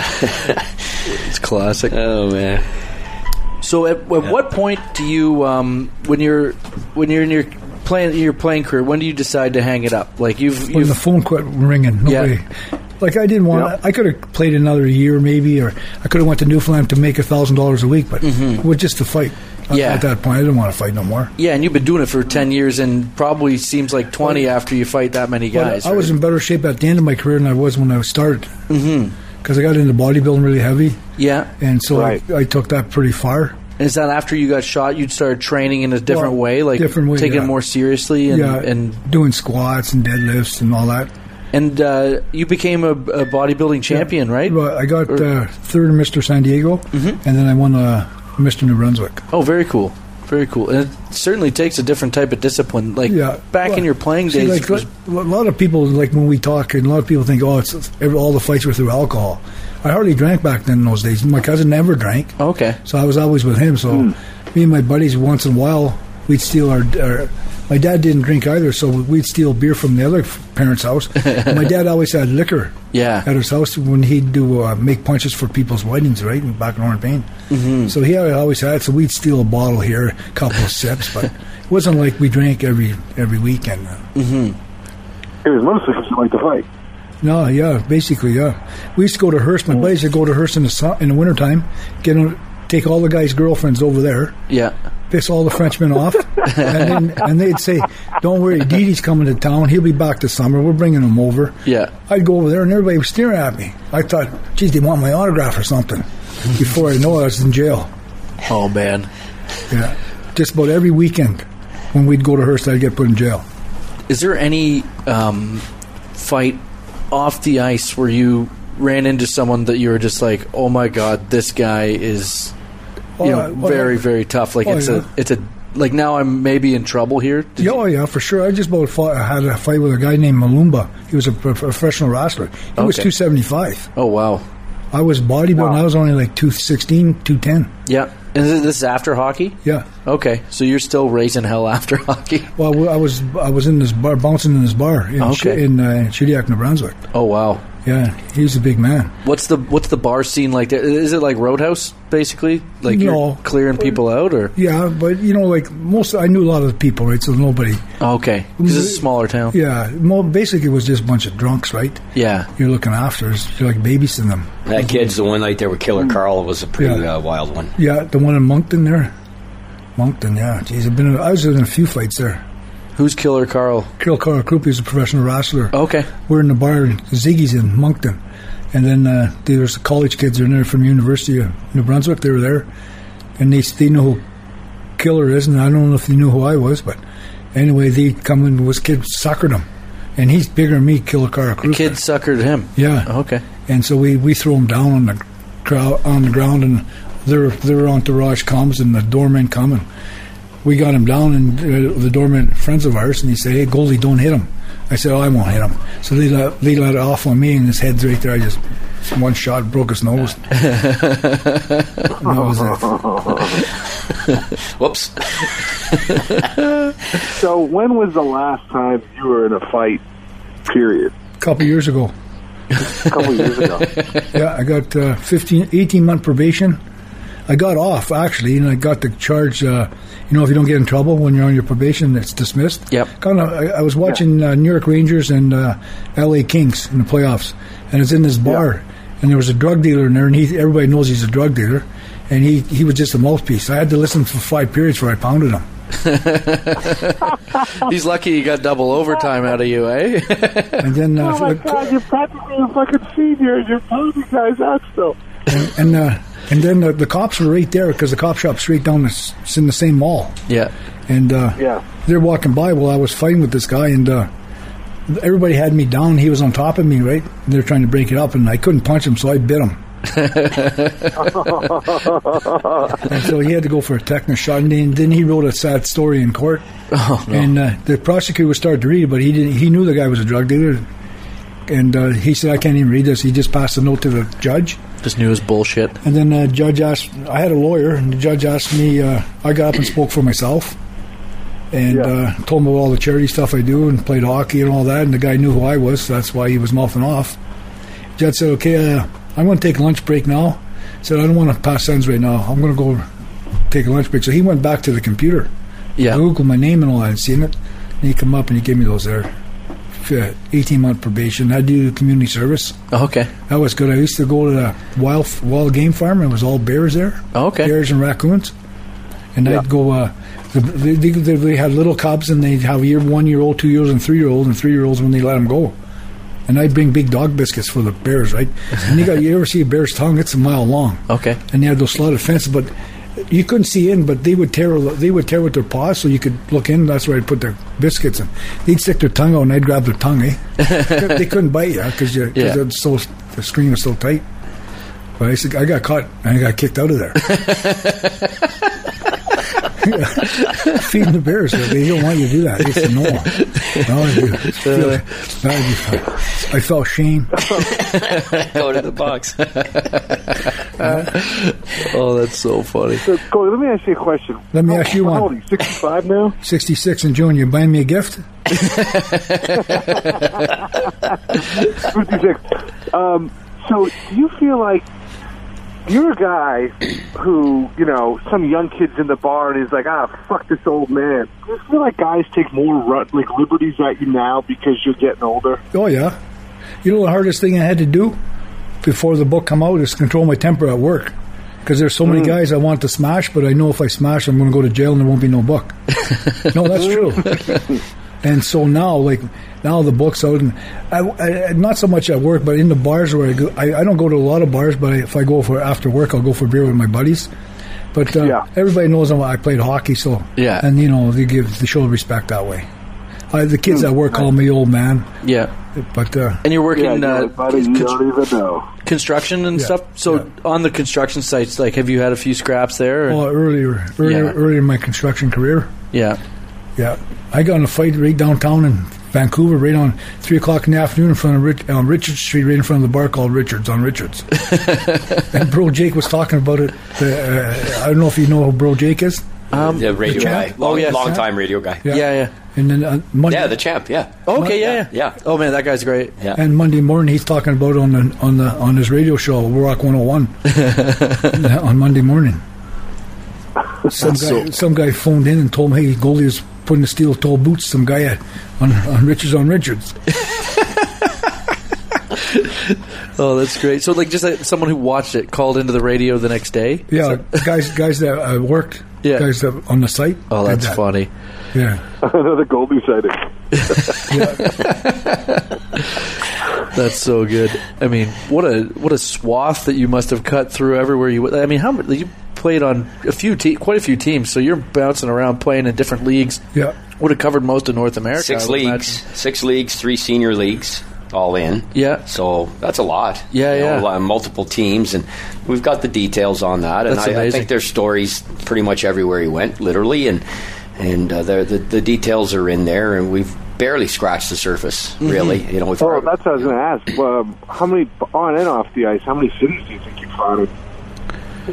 S2: it's classic.
S4: Oh man.
S2: So at, at what point do you um, when you're when you're in your playing your playing career, when do you decide to hang it up? Like you've
S3: when
S2: you've
S3: the phone quit ringing. No
S2: Yeah.
S3: way. Like I didn't want. I could have played another year, maybe, or I could have went to Newfoundland to make a thousand dollars a week, but it was just to fight. At-
S2: Mm-hmm. Yeah.
S3: At that point, I didn't want to fight no more.
S2: yeah, and you've been doing it for 10 years and probably seems like 20 after you fight that many
S3: But
S2: guys.
S3: I was
S2: right?
S3: in better shape at the end of my career than I was when I started. Because
S2: Mm-hmm.
S3: I got into bodybuilding really heavy,
S2: Yeah.
S3: and so
S5: Right.
S3: I, I took that pretty far.
S2: And is that after you got shot you started training in a different
S3: Well,
S2: way, like
S3: different way,
S2: taking
S3: yeah.
S2: it more seriously and
S3: yeah,
S2: and
S3: doing squats and deadlifts and all that.
S2: and uh, you became a, a bodybuilding champion, right?
S3: Well, I got
S2: Or- Mm-hmm.
S3: uh, third in Mr. San Diego, and then I won uh, Mr. New Brunswick.
S2: Oh, very cool. Very cool. And it certainly takes a different type of discipline. Like
S3: Yeah.
S2: back
S3: Well,
S2: in your playing
S3: See,
S2: days,
S3: like,
S2: it was-
S3: a lot of people, like when we talk, and a lot of people think, oh, it's, it's- every- all the fights were through alcohol. I hardly drank back then in those days. My cousin never drank,
S2: okay.
S3: so I was always with him. So me and my buddies, once in a while, we'd steal our. our my dad didn't drink either, so we'd steal beer from the other f- parents' house. And my dad always had liquor
S2: Yeah.
S3: at his house when he'd do uh, make punches for people's weddings, right? and Back in Orange Maine. Mm-hmm. So he always had. So we'd steal a bottle here, a couple of sips, but it wasn't like we drank every every weekend.
S5: It was mostly because you like to fight.
S3: No, yeah, basically, yeah. We used to go to Hearst. My buddies would go to Hearst in the su- in the wintertime, get on, take all the guys' girlfriends over there,
S2: Yeah.
S3: piss all the Frenchmen off, and then, and they'd say, "Don't worry, Dee Dee's coming to town. He'll be back this summer. We're bringing him over."
S2: Yeah.
S3: I'd go over there, and everybody was staring at me. I thought, "Geez, they want my autograph or something." Before I know it, I was in jail.
S2: Oh man.
S3: Yeah, just about every weekend when we'd go to Hearst, I'd get put in jail.
S2: Is there any um, fight off the ice where you ran into someone that you were just like, "Oh my god, this guy is you
S3: Oh,
S2: know
S3: I- well,
S2: very
S3: I-
S2: very tough." Like
S3: oh,
S2: it's
S3: yeah.
S2: a it's a like now I'm maybe in trouble here. Did
S3: Yeah,
S2: you-
S3: oh yeah, for sure. I just about fought, I had a fight with a guy named Malumba. He was a pro- professional wrestler. He was
S2: Okay.
S3: 275.
S2: Oh wow.
S3: I was bodybuilding. I was only like 216, 210.
S2: Yeah. And this this is after hockey.
S3: Yeah.
S2: Okay, so you're still raising hell after hockey.
S3: Well, I was I was in this bar, bouncing in this bar in Sh-
S2: Okay.
S3: in, uh, in Shediac, New Brunswick.
S2: Oh wow.
S3: Yeah, he's a big man.
S2: What's the what's the bar scene like there? Is it like Roadhouse basically? Like you're
S3: No.
S2: clearing people out or
S3: Yeah, but you know, like most, I knew a lot of the people, right? So nobody.
S2: Okay. Cuz it's a smaller town.
S3: Yeah, mo- basically it was just a bunch of drunks, right?
S2: Yeah.
S3: You're looking after, is- you're like babysitting them.
S4: That kid's the one night there with Killer Carl was a pretty
S3: Yeah.
S4: uh, wild one.
S3: Yeah, the one in Moncton there. Moncton, yeah. Jeez, I've been in, I was in a few fights there.
S2: Who's Killer Carl?
S3: Carol Carl Krupe is a professional wrestler.
S2: Okay.
S3: We're in the bar, Ziggy's in Moncton. And then uh, there was college kids in there from University of New Brunswick. They were there. And they, they know who Killer is, and I don't know if they knew who I was, but anyway, they come in, this kid suckered him. And he's bigger than me, Killer Carl Krupe.
S2: Kid suckered him. Oh,
S3: Yeah.
S2: Okay.
S3: And so we, we throw them down on the crowd on the ground, and their their entourage comes, and the doorman come, and we got him down, and uh, the doorman friends of ours, and he said, "Hey, Goldie, don't hit him." I said, "Oh, I won't hit him." So they let, they let it off on me, and his head's right there. I just one shot broke his nose. and that was it.
S4: Whoops.
S5: So when was the last time you were in a fight? Period.
S3: A couple years ago.
S5: A couple years ago.
S3: Yeah, I got uh, 15, 18 month probation. I got off actually, and I got the charge. Uh, you know, if you don't get in trouble when you're on your probation, it's dismissed.
S2: Yep.
S3: Kind of. I, I was watching uh, New York Rangers and uh, L.A. Kings in the playoffs, and it's in this bar, and there was a drug dealer in there, and he everybody knows he's a drug dealer, and he he was just a mouthpiece. I had to listen for five periods before I pounded him.
S2: He's lucky he got double overtime out of you, eh?
S3: And then uh,
S5: Oh my god, you're practically a fucking senior and you're pulling these guys out still.
S3: and uh, and then the, the cops were right there because the cop shop's right down. the s it's in the same mall.
S2: yeah.
S3: and uh,
S5: Yeah.
S3: they're walking by while I was fighting with this guy, and uh, everybody had me down. He was on top of me, right? They're trying to break it up, and I couldn't punch him, so I bit him. And so he had to go for a tetanus shot. And then, then he wrote a sad story in court. And uh, the prosecutor was started to read, it, but he didn't. He knew the guy was a drug dealer, and uh, he said, "I can't even read this." He just passed a note to the judge,
S2: This new is bullshit.
S3: and then the judge asked. I had a lawyer, and the judge asked me. Uh, I got up and spoke for myself, and
S5: Yeah.
S3: uh, told him about all the charity stuff I do, and played hockey and all that. And the guy knew who I was, so that's why he was mouthing off. Judge said, "Okay, uh, I'm going to take a lunch break now." Said, "I don't want to pass sentence right now. I'm going to go take a lunch break." So he went back to the computer.
S2: Yeah.
S3: I Googled my name and all that and seen it. And he come up and he gave me those there. F- 18 month probation. I do community service.
S2: Oh, okay.
S3: That was good. I used to go to the wild, wild game farm and it was all bears there.
S2: Oh, okay.
S3: Bears and raccoons. And I'd go, uh, the- they, they, they had little cubs and they'd have year one year old, two year old, and three year old, and three year olds when they let them go. And I'd bring big dog biscuits for the bears, right? And you got you ever see a bear's tongue? It's a mile long
S2: Okay.
S3: and they had those slotted fences, but you couldn't see in. But they would tear, they would tear with their paws, so you could look in. That's where I'd put their biscuits in. They'd stick their tongue out, and I'd grab their tongue. Eh? they couldn't bite you because you,
S2: Yeah.
S3: yeah. so the screen was so tight. But I, said- I got caught and I got kicked out of there. Feeding the bears, they don't want you to do that. It's annoying. No, I, do. Feel- I- I felt shame.
S4: Go to the box.
S2: Oh, that's so funny.
S5: So, Cody, let me ask you a question.
S3: Let me
S5: How-
S3: ask you
S5: how
S3: one.
S5: old are you, 65 now?
S3: 66 in June, you buying me a gift?
S5: 56. Um, so do you feel like you're a guy who, you know, some young kid's in the bar and he's like, ah, fuck this old man. Do you feel like guys take more ru- like liberties at you now because you're getting older?
S3: Oh yeah. You know the hardest thing I had to do before the book come out is control my temper at work. Because there's so many guys I want to smash, but I know if I smash, I'm going to go to jail and there won't be no book. no, that's true. and so now, like now, the book's out, and I, I- not so much at work, but in the bars where I go, I, I don't go to a lot of bars, but I, if I go for after work, I'll go for beer with my buddies. But uh,
S5: Yeah.
S3: everybody knows I'm, I played hockey, so
S2: Yeah.
S3: and you know they give they show respect that way. I, the kids at work call me old man,
S2: Yeah.
S3: but uh,
S2: And you're working
S5: you're
S2: uh,
S5: like, buddy, you
S2: con-
S5: don't even know.
S2: construction and
S3: Yeah.
S2: stuff. So on the construction sites, like, have you had a few scraps there? or-
S3: Oh, earlier, earlier,
S2: Yeah.
S3: earlier in my construction career.
S2: Yeah.
S3: Yeah, I got in a fight right downtown in Vancouver, right on three o'clock in the afternoon, in front of Rich, on Richard Street, right in front of the bar called Richards on Richards. and Bro Jake was talking about it. Uh, I don't know if you know who Bro Jake is.
S4: the radio guy.
S3: champ?
S4: Long,
S2: Oh, yes.
S4: long time radio guy. Yeah.
S2: Yeah. Yeah.
S3: And then uh, Monday,
S4: the champ. Yeah.
S2: Okay. Yeah, yeah.
S4: Yeah.
S2: Oh man, that guy's great.
S4: Yeah.
S3: And Monday morning, he's talking about on the on the on his radio show, Rock 101, on Monday morning. Some guy, some guy phoned in and told him, "Hey, Goldie is putting the steel toe boots." Some guy at, on on Richards on Richards.
S2: Oh, that's great. So like, just like, someone who watched it called into the radio the next day.
S3: Yeah, guys, guys that uh, worked.
S2: Yeah.
S3: guys that on the site.
S2: Oh,
S3: did
S2: that's
S3: that.
S2: funny.
S3: Yeah,
S5: Another Goldie sighting.
S2: That's so good. I mean, what a what a swath that you must have cut through everywhere you. went. I mean, how many you played on a few te- quite a few teams, so you're bouncing around playing in different leagues.
S3: yeah.
S2: Would have covered most of North America. I
S4: Six
S2: would
S4: leagues.
S2: imagine.
S4: Six leagues. Three senior leagues. All in.
S2: Yeah.
S4: So that's a lot.
S2: Yeah,
S4: You
S2: yeah.
S4: know, uh, multiple teams, and we've got the details on that. And
S2: That's
S4: I, I
S2: amazing.
S4: think there's stories pretty much everywhere he went, literally, and and uh, the, the the details are in there, and we've barely scratched the surface, really. You know, we've
S5: Oh, that's what I was going to ask. Um, how many, on and off the ice, how many cities do you think you found?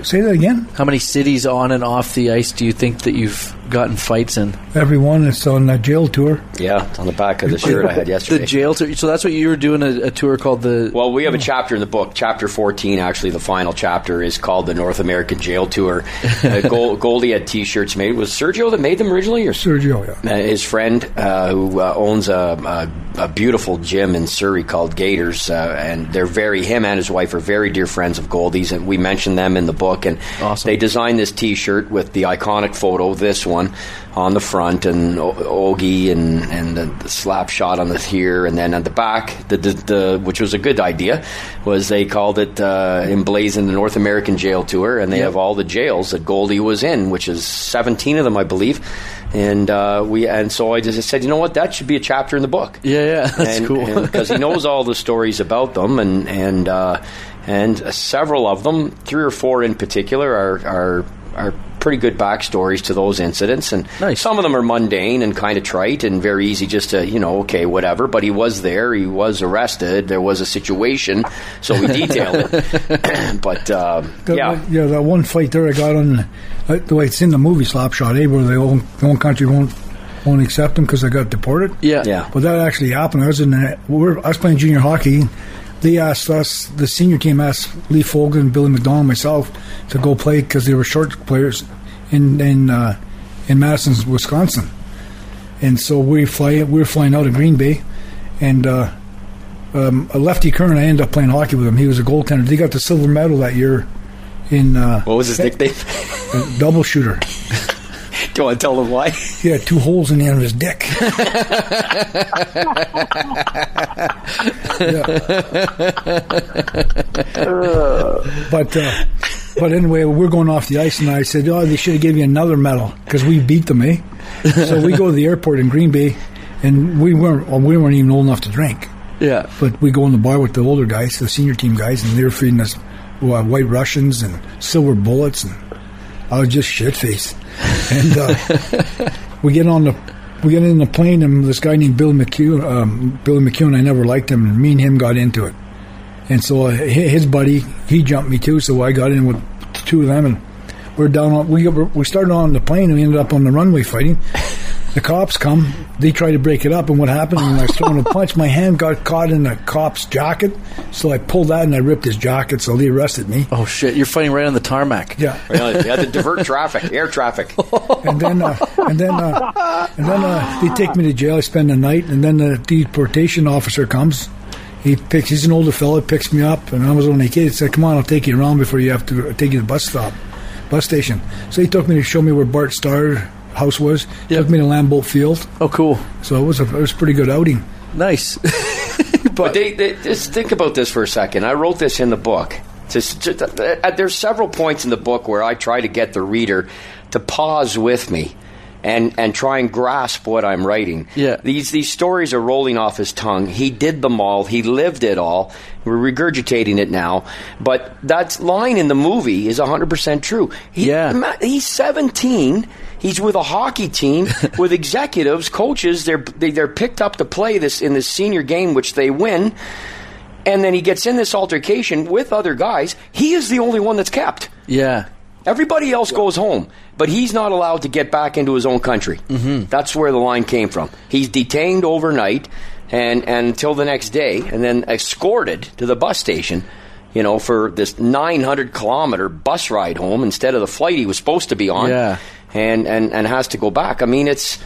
S3: Say that again.
S2: How many cities on and off the ice do you think that you've gotten fights in?
S3: Everyone that's on that jail tour.
S4: yeah, it's on the back of the shirt I had yesterday.
S2: The jail tour. So that's what you were doing a, a tour called the.
S4: Well, we have a chapter in the book, chapter 14, actually, the final chapter is called the North American Jail Tour. Uh, Gol- Goldie had t shirts made. Was Sergio that made them originally? Or
S3: Sergio, yeah.
S4: Uh, his friend uh, who uh, owns a, a, a beautiful gym in Surrey called Gators, uh, and they're very him and his wife are very dear friends of Goldie's, and we mention them in the book. And
S2: Awesome.
S4: they designed this T-shirt with the iconic photo, this one on the front, and O- Ogie and and the, the slap shot on the here, and then at the back, the, the, the which was a good idea, was they called it uh, emblazoned the North American Jail Tour, and they have all the jails that Goldie was in, which is seventeen of them, I believe, and uh, we and so I just said, you know what, that should be a chapter in the book
S2: Yeah, yeah, that's
S4: and,
S2: cool.
S4: because he knows all the stories about them, and and uh, and several of them, three or four in particular, are are are pretty good backstories to those incidents, and
S2: Nice.
S4: some of them are mundane and kind of trite and very easy, just to you know, okay, whatever. But he was there, he was arrested, there was a situation, so we detailed it. but uh,
S3: The-
S4: yeah,
S3: yeah, that one fight there I got on uh, the way it's in the movie Slapshot, eh, where the own, the own country won't won't accept them because they got deported.
S2: yeah,
S4: yeah.
S3: But that actually happened. I was in the, we were, I was playing junior hockey. They asked us, the senior team asked Lee Fogan, Billy McDonald, myself to go play because they were short players in in uh, in Madison, Wisconsin. And so we fly, we were flying out of Green Bay, and uh, um, a lefty current. I ended up playing hockey with him. He was a goaltender. They got the silver medal that year in uh,
S4: What was his nickname?
S3: double shooter.
S4: Do you want to tell them why?
S3: He had two holes in the end of his dick. Yeah. But uh, but anyway, we're going off the ice, and I said, "Oh, they should have given you another medal because we beat them, eh?" so we go to the airport in Green Bay, and we weren't well, we weren't even old enough to drink,
S2: yeah.
S3: but we go in the bar with the older guys, the senior team guys, and they're feeding us uh, white Russians and silver bullets, and I was just shit faced. And uh, we get on the we get in the plane, and this guy named Bill McCune, um, Billy McCune, I never liked him, and me and him got into it. And so uh, hi- his buddy, he jumped me too, so I got in with the two of them, and we're down on we we started on the plane, and we ended up on the runway fighting. The cops come, they try to break it up, and what happened when I was throwing a punch, my hand got caught in the cop's jacket, so I pulled that and I ripped his jacket, so they arrested me.
S2: Oh shit, you're fighting right on the tarmac.
S3: Yeah.
S4: Really, they had to divert traffic, air traffic.
S2: Oh,
S3: and then uh, and then uh, and then uh, they take me to jail. I spend the night, and then the deportation officer comes. He picks. He's an older fellow. Picks me up, and I was only a kid. He said, "Come on, I'll take you around before you have to take you to the bus stop, bus station." So he took me to show me where Bart Starr house was.
S2: Yep.
S3: Took me to Lambeau Field.
S2: Oh, cool.
S3: So it was a it was a pretty good outing.
S2: Nice.
S4: But they, they just think about this for a second. I wrote this in the book. Just, just, uh, there's several points in the book where I try to get the reader to pause with me and and try and grasp what I'm writing.
S2: Yeah.
S4: These these stories are rolling off his tongue. He did them all. He lived it all. We're regurgitating it now. But that line in the movie is 100% true. He,
S2: Yeah.
S4: ma- he's 17. He's with a hockey team with executives, coaches. They're they, they're picked up to play this in this senior game, which they win. And then he gets in this altercation with other guys. He is the only one that's kept.
S2: yeah.
S4: Everybody else goes home, but he's not allowed to get back into his own country. Mm-hmm. That's where the line came from. He's detained overnight and, and until the next day, and then escorted to the bus station. You know, for this 900 kilometer bus ride home instead of the flight he was supposed to be on,
S2: Yeah.
S4: and, and and has to go back. I mean, it's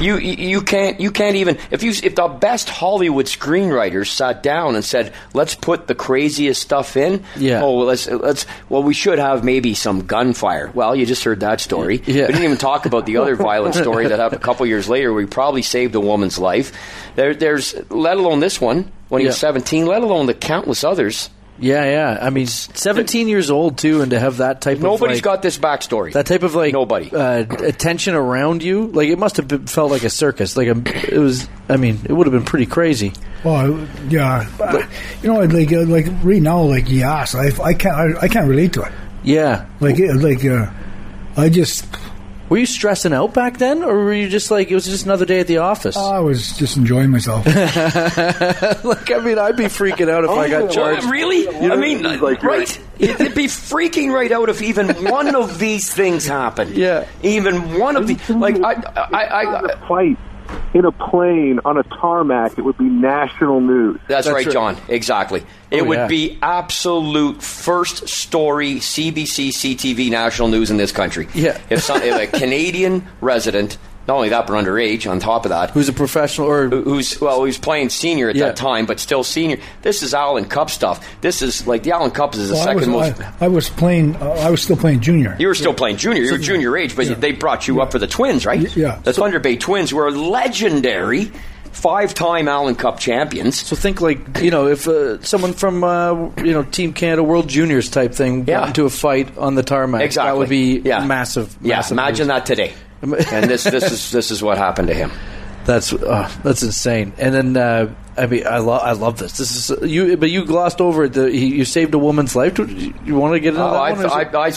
S4: you you you can't you can't even if you if the best Hollywood screenwriters sat down and said let's put the craziest stuff in
S2: Yeah.
S4: oh well, let's let's well we should have maybe some gunfire well you just heard that story
S2: Yeah.
S4: we didn't even talk about the other violent story that happened a couple years later we probably saved a woman's life there there's let alone this one when he was
S2: Yeah.
S4: 17 let alone the countless others
S2: Yeah, yeah. I mean, 17 years old too, and to have that type of
S4: nobody's
S2: like,
S4: got this backstory
S2: that type of like
S4: nobody
S2: uh, attention around you. Like it must have been, felt like a circus. Like a, it was. I mean, it would have been pretty crazy.
S3: Oh yeah, Uh, you know, like uh, like right now, like yes, I I can't I, I can't relate to it.
S2: Yeah.
S3: Like it- like uh, I just
S2: Were you stressing out back then, or were you just like it was just another day at the office?
S3: I was just enjoying myself.
S2: Uh, like I mean, I'd be freaking out if I got charged.
S4: Well, really? I mean,
S5: like,
S4: right? It'd be freaking right out if even one of these things happened.
S2: Yeah.
S4: Even one of the like I I, I,
S5: in a
S4: I
S5: fight in a plane on a tarmac, it would be national news.
S4: that's, right, John. Exactly. It
S2: Oh,
S4: would
S2: yeah.
S4: be absolute first story CBC, CTV, national news in this country.
S2: Yeah.
S4: If, some, if a Canadian resident Not only that, but underage. On top of that,
S2: Who's a professional or
S4: who's well, he's playing senior at
S2: Yeah.
S4: that time, but still senior. This is Allen Cup stuff. This is like the Allen Cup is the
S3: Well, I, was,
S4: second most.
S3: I, I was playing. Uh, I was still playing junior.
S4: you were still playing junior. You were junior age, but they brought you up for the Twins, right?
S3: Y- yeah.
S4: The Thunder Bay Twins were legendary, five-time Allen Cup champions.
S2: so think like you know if uh, someone from uh, you know Team Canada World Juniors type thing
S4: Yeah.
S2: got into a fight on the tarmac,
S4: Exactly.
S2: that would be
S4: Yeah.
S2: massive.
S4: Yeah,
S2: massive
S4: imagine
S2: news.
S4: that today. and this this is this is what happened to him.
S2: That's uh, that's insane. And then uh, I mean, I love I love this. This is you, but you glossed over it. The, you saved a woman's life. Do You, want to get into
S4: Oh,
S2: that
S4: I,
S2: one? Is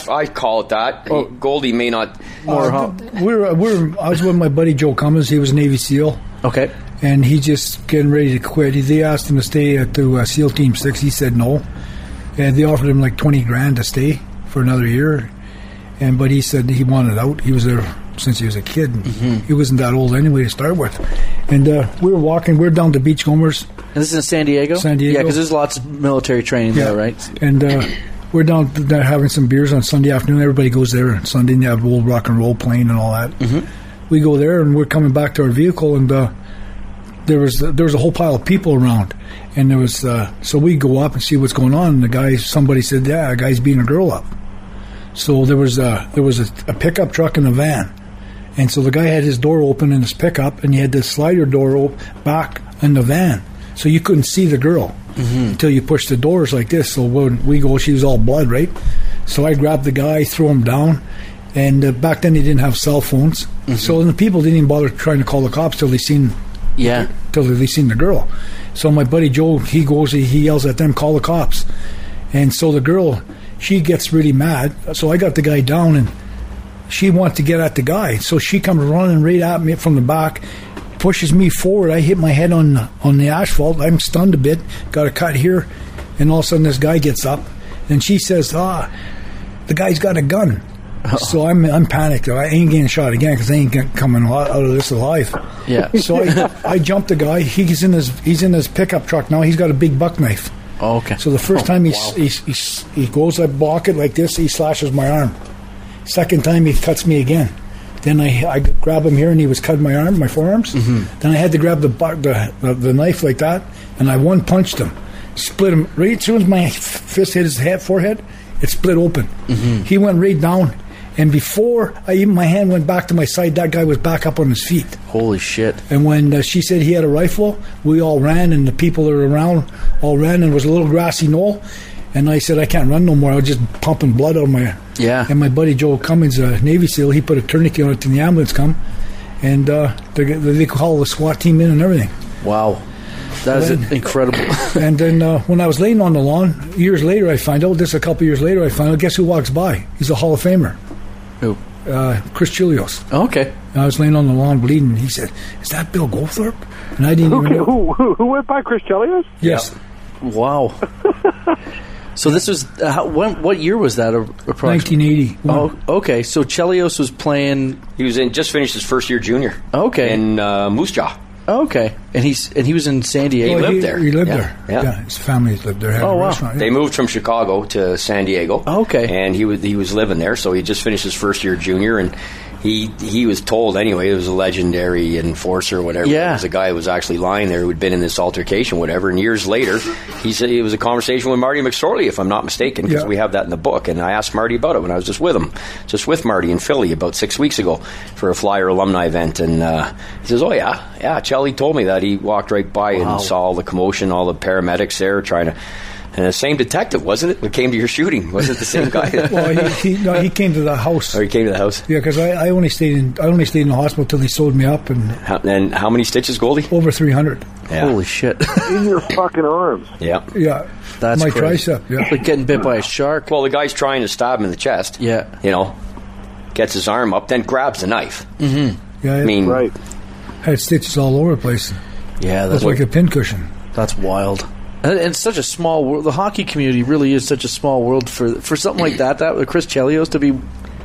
S2: it-
S4: I, I, I call it that.
S2: Oh.
S4: Goldie may not.
S2: More
S3: Uh,
S2: hum-
S3: th- we're, uh, we're, I was with my buddy Joe Cummins. He was a Navy SEAL,
S2: okay.
S3: and he just getting ready to quit. They asked him to stay at the uh, SEAL Team Six. He said no, and they offered him like twenty grand to stay for another year. And but he said he wanted out. He was there since he was a kid. And He wasn't that old anyway to start with. And uh, we were walking. We are down to Beachcombers.
S2: And this is in San Diego.
S3: San Diego.
S2: Yeah, because there's lots of military training there, right?
S3: And uh, we're down there having some beers on Sunday afternoon. Everybody goes there on Sunday, and they have old rock and roll playing and all that.
S2: Mm-hmm.
S3: We go there, and we're coming back to our vehicle, and uh, there was there was a whole pile of people around, and there was uh, so we go up and see what's going on. And the guy, somebody said, "Yeah, a guy's beating a girl up." So there was a, there was a, a pickup truck and a van, and so the guy had his door open in his pickup, and he had the slider door op- back in the van, so you couldn't see the girl until you pushed the doors like this. So when we go, she was all blood, right? So I grabbed the guy, threw him down, and uh, back then they didn't have cell phones, so the people didn't even bother trying to call the cops till they seen
S2: Yeah.
S3: till they seen the girl. So my buddy Joe, he goes, he- he yells at them, call the cops. And so the girl, she gets really mad. So I got the guy down, and she wants to get at the guy. So she comes running right at me from the back, pushes me forward. I hit my head on on the asphalt. I'm stunned a bit, got a cut here, and all of a sudden this guy gets up, and she says, "Ah, the guy's got a gun." So I'm I'm panicked. I ain't getting shot again because I ain't get- coming al- out of this alive.
S2: Yeah.
S3: So I, I jumped the guy. He's in his he's in his pickup truck now. He's got a big buck knife.
S2: Oh, okay.
S3: So the first time he, he, he, he goes, I block it like this. He slashes my arm. Second time he cuts me again. Then I, I grab him here and he was cutting my arm, my forearms.
S2: Mm-hmm.
S3: Then I had to grab the, bu- the, the the knife like that and I one punched him, split him right as soon as my f- fist hit his head forehead. It split open.
S2: Mm-hmm.
S3: He went right down, and before I even my hand went back to my side, that guy was back up on his feet.
S2: Holy shit.
S3: And when uh, she said he had a rifle, we all ran, and the people that were around all ran, and it was a little grassy knoll. And I said, I can't run no more. I was just pumping blood out of my.
S2: Yeah.
S3: And my buddy Joe Cummings, a Navy SEAL, he put a tourniquet on it, and the ambulance come, and uh, they, they call the SWAT team in and everything.
S2: Wow. That is incredible.
S3: and then uh, when I was laying on the lawn, years later, I find out this. A couple years later, I find out. Guess who walks by? He's a Hall of Famer,
S2: Who?
S3: uh, Chris Chilios.
S2: okay.
S3: And I was laying on the lawn bleeding. He said, "Is that Bill Goldthorpe?" And I didn't even
S5: Who,
S3: know.
S5: who, who, who went by Chris Chelios?
S3: Yes.
S2: Wow. so this was uh, how, when, what year was that? a- Approximately.
S3: 1980.
S2: Oh, okay. So Chelios was playing.
S4: He was in just finished his first year junior.
S2: Okay.
S4: in uh, Moose Jaw.
S2: Okay, and he's and he was in San
S4: He
S2: Diego.
S4: lived
S3: Oh, he,
S4: there.
S3: He lived
S4: Yeah,
S3: there.
S4: yeah.
S3: Yeah. his family lived there. Had
S2: Oh,
S3: a
S2: wow.
S3: restaurant, yeah.
S4: They moved from Chicago to San Diego.
S2: Oh, Okay.
S4: and he was he was living there, so he just finished his first year junior, and he he was told anyway it was a legendary enforcer, or whatever.
S2: Yeah.
S4: it was a guy who was actually lying there who'd been in this altercation, whatever. And years later, he said it was a conversation with Marty McSorley, if I'm not mistaken, because
S3: Yeah.
S4: we have that in the book. And I asked Marty about it when I was just with him, just with Marty in Philly about six weeks ago for a Flyer alumni event, and uh, he says, "Oh yeah, yeah." Chelly told me that he walked right by and saw all the commotion, all the paramedics there trying to. And the same detective, wasn't it? That came to your shooting, was it the same guy?
S3: well, Oh, he, he, no, he came to the house.
S4: or he came to the house.
S3: Yeah, because I, I only stayed in I only stayed in the hospital till they sewed me up and
S4: How, and how many stitches, Goldie?
S3: over 300.
S4: Yeah.
S2: Holy shit!
S5: In your fucking arms.
S4: Yeah.
S3: Yeah,
S2: That's
S3: my
S2: crazy.
S3: tricep. Yeah,
S2: like getting bit by a shark.
S4: Well, the guy's trying to stab him in the chest.
S2: Yeah.
S4: You know, gets his arm up, then grabs the knife.
S3: yeah.
S4: I mean,
S5: Right.
S3: had stitches all over the place.
S2: Yeah, that's
S3: Looked like a pincushion.
S2: That's wild. And and it's such a small world. The hockey community really is such a small world for for something like that. That with Chris Chelios to be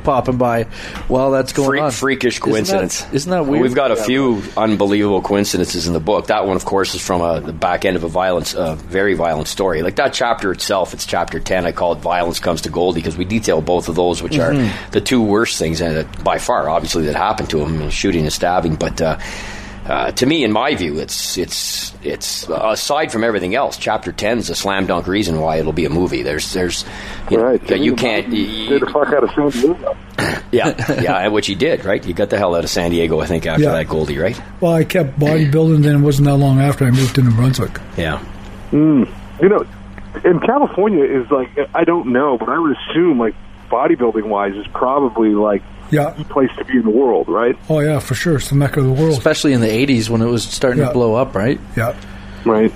S2: popping by while that's going
S4: Freak-
S2: on.
S4: freakish
S2: Isn't that-
S4: coincidence.
S2: Isn't that, weird?
S4: We've got a few unbelievable coincidences in the book. That one, of course, is from a, the back end of a violence, uh, very violent story. Like that chapter itself, it's chapter ten. I call it "Violence Comes to Goldie" because we detail both of those, which
S2: Mm-hmm.
S4: are the two worst things uh, by far, obviously, that happened to him: shooting and stabbing. But uh, uh, to me, in my view, it's it's it's uh, aside from everything else, chapter ten is a slam dunk reason why it'll be a movie. There's there's you,
S5: right?
S4: know, you can't you-
S5: get the fuck out of San Diego.
S4: yeah, yeah, which he did, right? He got the hell out of San Diego, I think, after
S3: Yeah.
S4: that Goldie, right?
S3: Well, I kept bodybuilding, then it wasn't that long after I moved to New Brunswick.
S4: Yeah.
S5: You know, in California is like I don't know, but I would assume like bodybuilding wise is probably like
S3: Yeah.
S5: the place to be in the world, right?
S3: Oh, yeah, for sure. It's the mecca of the world.
S2: especially in the '80s when it was starting
S3: Yeah.
S2: to blow up, right?
S3: Yeah.
S5: Right.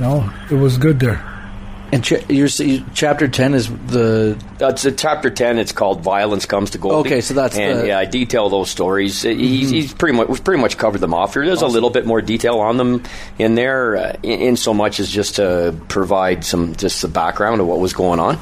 S3: No, it was good there.
S2: And ch- you're, s- you- chapter ten is the
S4: That's uh, chapter 10. It's called Violence Comes to Goldie.
S2: Okay, so that's
S4: And
S2: the- Mm-hmm.
S4: yeah, I detail those stories. Uh, He's, he's pretty much, we've pretty much covered them off here. There's a little bit more detail on them in there, uh, in, in so much as just to provide some, just the background of what was going on.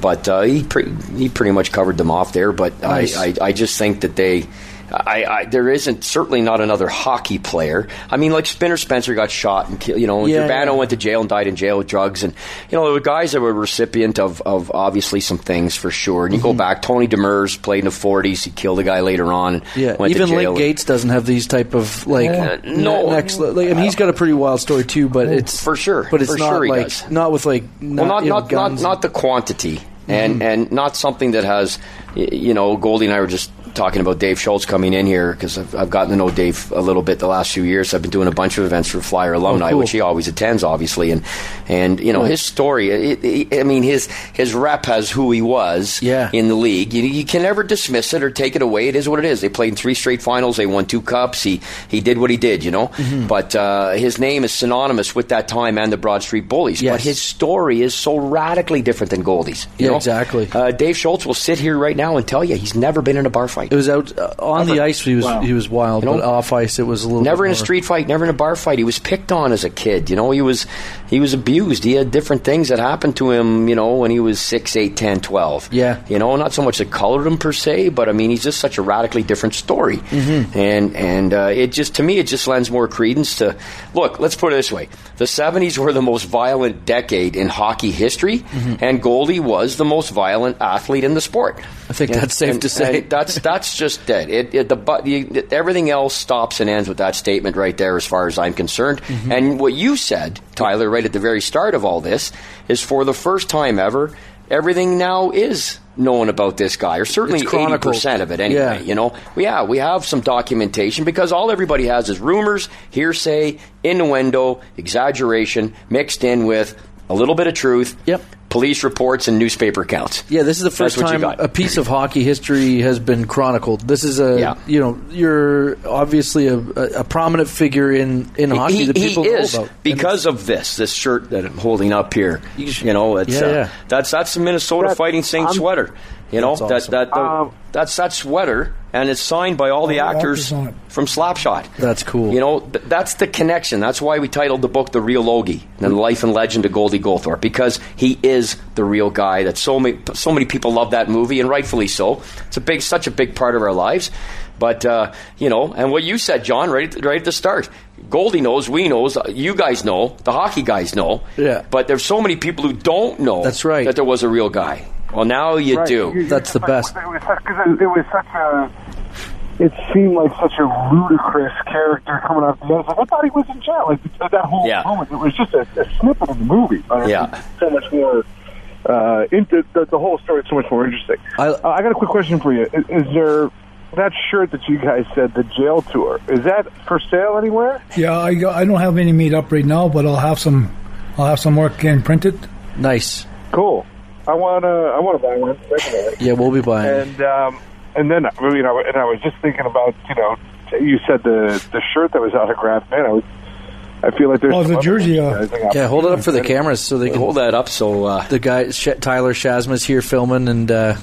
S4: But uh, he, pre- he pretty much covered them off there. But
S2: Nice.
S4: I, I, I just think that they. I, I, there isn't certainly not another hockey player. I mean, like Spinner Spencer got shot, and ki- you know,
S2: Yeah,
S4: Urbano
S2: yeah.
S4: went to jail and died in jail with drugs, and you know, there were guys that were recipient of, of obviously some things for sure. And you
S2: Mm-hmm.
S4: go back, Tony Demers played in the '40s. He killed a guy later on. And
S2: yeah.
S4: went
S2: Even
S4: to jail.
S2: Link Gates doesn't have these type of like
S4: Uh,
S2: ne-
S4: no. Oh,
S2: next. le- Like, I mean, he's got a pretty wild story too, but it's
S4: For sure.
S2: But it's
S4: For
S2: not
S4: sure he
S2: like
S4: does.
S2: not with like not
S4: well, not
S2: you know,
S4: not, not
S2: guns Mm-hmm.
S4: not the quantity, and and not something that has, y- you know, Goldie and I were just talking about Dave Schultz coming in here because I've, I've gotten to know Dave a little bit the last few years. I've been doing a bunch of events for Flyer alumni,
S2: Oh, cool.
S4: which he always attends, obviously, and and you know his story. It, it, I mean his his rep has who he was
S2: Yeah.
S4: in the league. You, you can never dismiss it or take it away. It is what it is. They played in three straight finals. They won two cups. He he did what he did, you know.
S2: Mm-hmm.
S4: But uh, his name is synonymous with that time and the Broad Street Bullies. But
S2: Yes.
S4: his story is so radically different than Goldie's. you
S2: Yeah,
S4: know?
S2: exactly.
S4: Uh, Dave Schultz will sit here right now and tell you he's never been in a bar fight.
S2: It was out uh, on the ice. He was he was wild,
S4: You know,
S2: but off ice it was a little.
S4: Never
S2: bit
S4: in a
S2: more-
S4: street fight, never in a bar fight. He was picked on as a kid. You know, he was he was abused. He had different things that happened to him, you know, when he was 6, 8, 10, 12.
S2: Yeah.
S4: You know, not so much that colored him per se, but I mean, he's just such a radically different story.
S2: Mm-hmm.
S4: And and uh, it just to me it just lends more credence to Look, let's put it this way. The 70s were the most violent decade in hockey history,
S2: Mm-hmm.
S4: and Goldie was the most violent athlete in the sport.
S2: I think that's safe
S4: and-
S2: to say.
S4: and that's that's just dead. It, it the but you, it- everything else stops and ends with that statement right there, as far as I'm concerned.
S2: Mm-hmm.
S4: And what you said, Tyler, right at the very start of all this, is for the first time ever, everything now is known about this guy, or certainly
S2: It's
S4: eighty
S2: chronicled.
S4: percent of it anyway.
S2: Yeah.
S4: You know, yeah, we have some documentation because all everybody has is rumors, hearsay, innuendo, exaggeration, mixed in with a little bit of truth.
S2: Yep.
S4: Police reports and newspaper accounts.
S2: Yeah, this is the first
S4: That's what you
S2: time
S4: got.
S2: a piece of hockey history has been chronicled. This is a
S4: Yeah.
S2: you know you're obviously a, a, a prominent figure in in hockey
S4: he,
S2: that
S4: he
S2: people
S4: is
S2: know about
S4: because of this this shirt that I'm holding up here. You know, it's
S2: Yeah,
S4: uh,
S2: yeah.
S4: that's that's the Minnesota
S5: That-
S4: Fighting Saint
S5: I'm-
S4: sweater. You know
S2: That's
S4: that
S2: awesome.
S4: that the,
S5: Um,
S4: that's that sweater, and it's signed by all the
S3: the
S4: actors
S3: actors on it.
S4: from Slapshot.
S2: That's cool.
S4: You know, th- that's the connection. That's why we titled the book "The Real Logie" and the life and legend of Goldie Goldthorpe because he is the real guy. That so many so many people love that movie, and rightfully so. It's a big, such a big part of our lives. But uh, you know, and what you said, John, right at the, right at the start. Goldie knows, we knows, uh, you guys know, the hockey guys know.
S2: Yeah.
S4: But there's so many people who don't know.
S2: That's right.
S4: That there was a real guy. Well, now you
S5: Right.
S4: do.
S5: You-
S2: That's the
S5: like,
S2: best.
S5: It was, such, 'cause it, it was such a. It seemed like such a ludicrous character coming out. The end. Like, I thought he was in jail. Like that whole
S4: Yeah.
S5: moment. It was just a, a snippet of the movie. Like,
S4: Yeah.
S5: it's So much more. Uh, into the, the whole story is so much more interesting.
S2: I-
S5: uh, I got a quick question for you. Is, is there that shirt that you guys said the jail tour? Is that for sale anywhere?
S3: Yeah, I, got- I don't have any made up right now, but I'll have some. I'll have some work and print it.
S2: nice.
S5: Cool. I wanna I wanna buy one. Definitely.
S2: Yeah, we'll be buying. it.
S5: And um, and then I mean, I, w- and I was just thinking about you know, you said the the shirt that was autographed. Man, I was, I feel like there's
S3: Oh, the
S5: some other
S3: jersey,
S5: ones,
S3: uh,
S5: I think I-
S2: yeah, hold it up for the cameras so they can.
S4: Hold that up. So uh,
S2: The guy Sh- Tyler Shazma's here filming, and uh,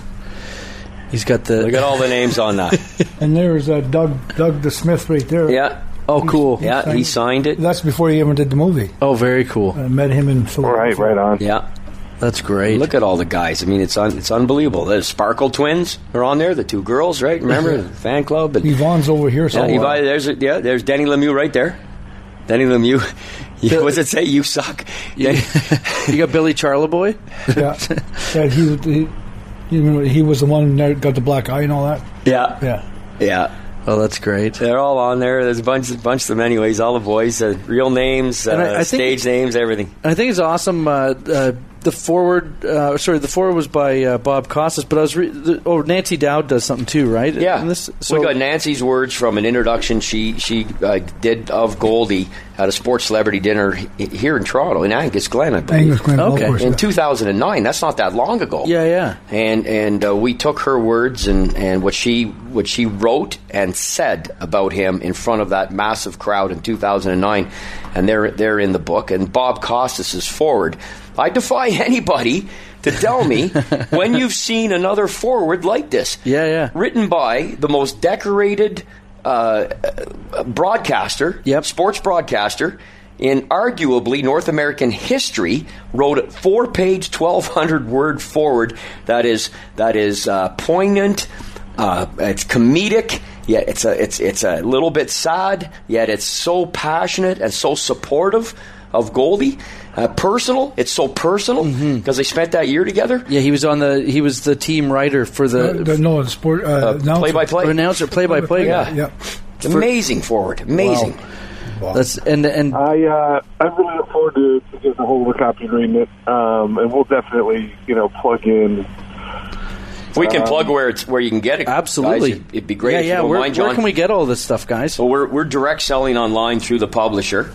S2: he's got the.
S4: look at all the names on that.
S3: And there's uh, Doug Doug the Smith right there.
S4: yeah.
S2: oh, cool.
S4: Yeah, he signed it.
S3: That's before he ever did the movie.
S2: Oh, very cool.
S3: I met him in.
S5: Right, right on.
S4: Yeah.
S2: That's great.
S4: Look at all the guys. I mean, it's un- it's unbelievable. The Sparkle twins are on there. The two girls, right? Remember the fan club and
S3: Yvonne's over here
S4: yeah,
S3: somewhere.
S4: Yvonne, there's a, yeah, there's Denny Lemieux right there. Denny Lemieux. what does it say? You suck. Denny-
S2: you got Billy Charleboy.
S3: yeah, yeah he, he, you know, he was the one that got the black eye and all that.
S4: yeah.
S3: Yeah,
S4: Yeah.
S2: Oh, that's great.
S4: They're all on there. There's a bunch, bunch of them, anyways. All the boys, uh, real names, uh,
S2: And I- I think-
S4: stage names, everything.
S2: I think it's awesome. Uh, uh, the forward, uh, sorry, the forward was by uh, Bob Costas, but I was re- the, oh Nancy Dowd does something too, right?
S4: Yeah,
S2: In this- so
S4: we got Nancy's words from an introduction she she uh, did of Goldie at a sports celebrity dinner he- here in Toronto in Angus Glen, I believe,
S3: Angus Glen Golf
S2: Okay.
S3: Course.
S4: in
S3: yeah.
S4: 2009. That's not that long ago.
S2: yeah, yeah.
S4: and and uh, we took her words and, and what she what she wrote and said about him in front of that massive crowd in 2009, and they're they're in the book. And Bob Costas is forward. I defy anybody to tell me when you've seen another forward like this.
S2: Yeah, yeah.
S4: Written by the most decorated uh, uh, broadcaster,
S2: Yep.
S4: sports broadcaster. In arguably North American history, wrote a four-page, twelve hundred word forward that is that is uh, poignant. Uh, it's comedic, yet it's a it's it's a little bit sad, yet it's so passionate and so supportive of Goldie. Uh, personal, it's so personal because
S2: Mm-hmm.
S4: they spent that year together.
S2: Yeah, he was on the he was the team writer for
S3: Uh,
S2: the,
S3: the- no, the sport. Uh, announcer.
S4: Play by
S2: or
S4: play,
S2: announcer play by play guy.
S3: Yeah.
S4: amazing forward, amazing.
S2: That's and and
S5: I uh, I really look forward to, to getting a hold of a copy agreement, um, and we'll definitely you know plug in.
S4: If we can plug where it's where you can get it, guys,
S2: Um, absolutely,
S4: it'd, it'd be great.
S2: Yeah,
S4: if you
S2: yeah.
S4: don't
S2: Where,
S4: mind,
S2: where
S4: John.
S2: can we get all this stuff, guys?
S4: So we're, we're direct selling online through the publisher,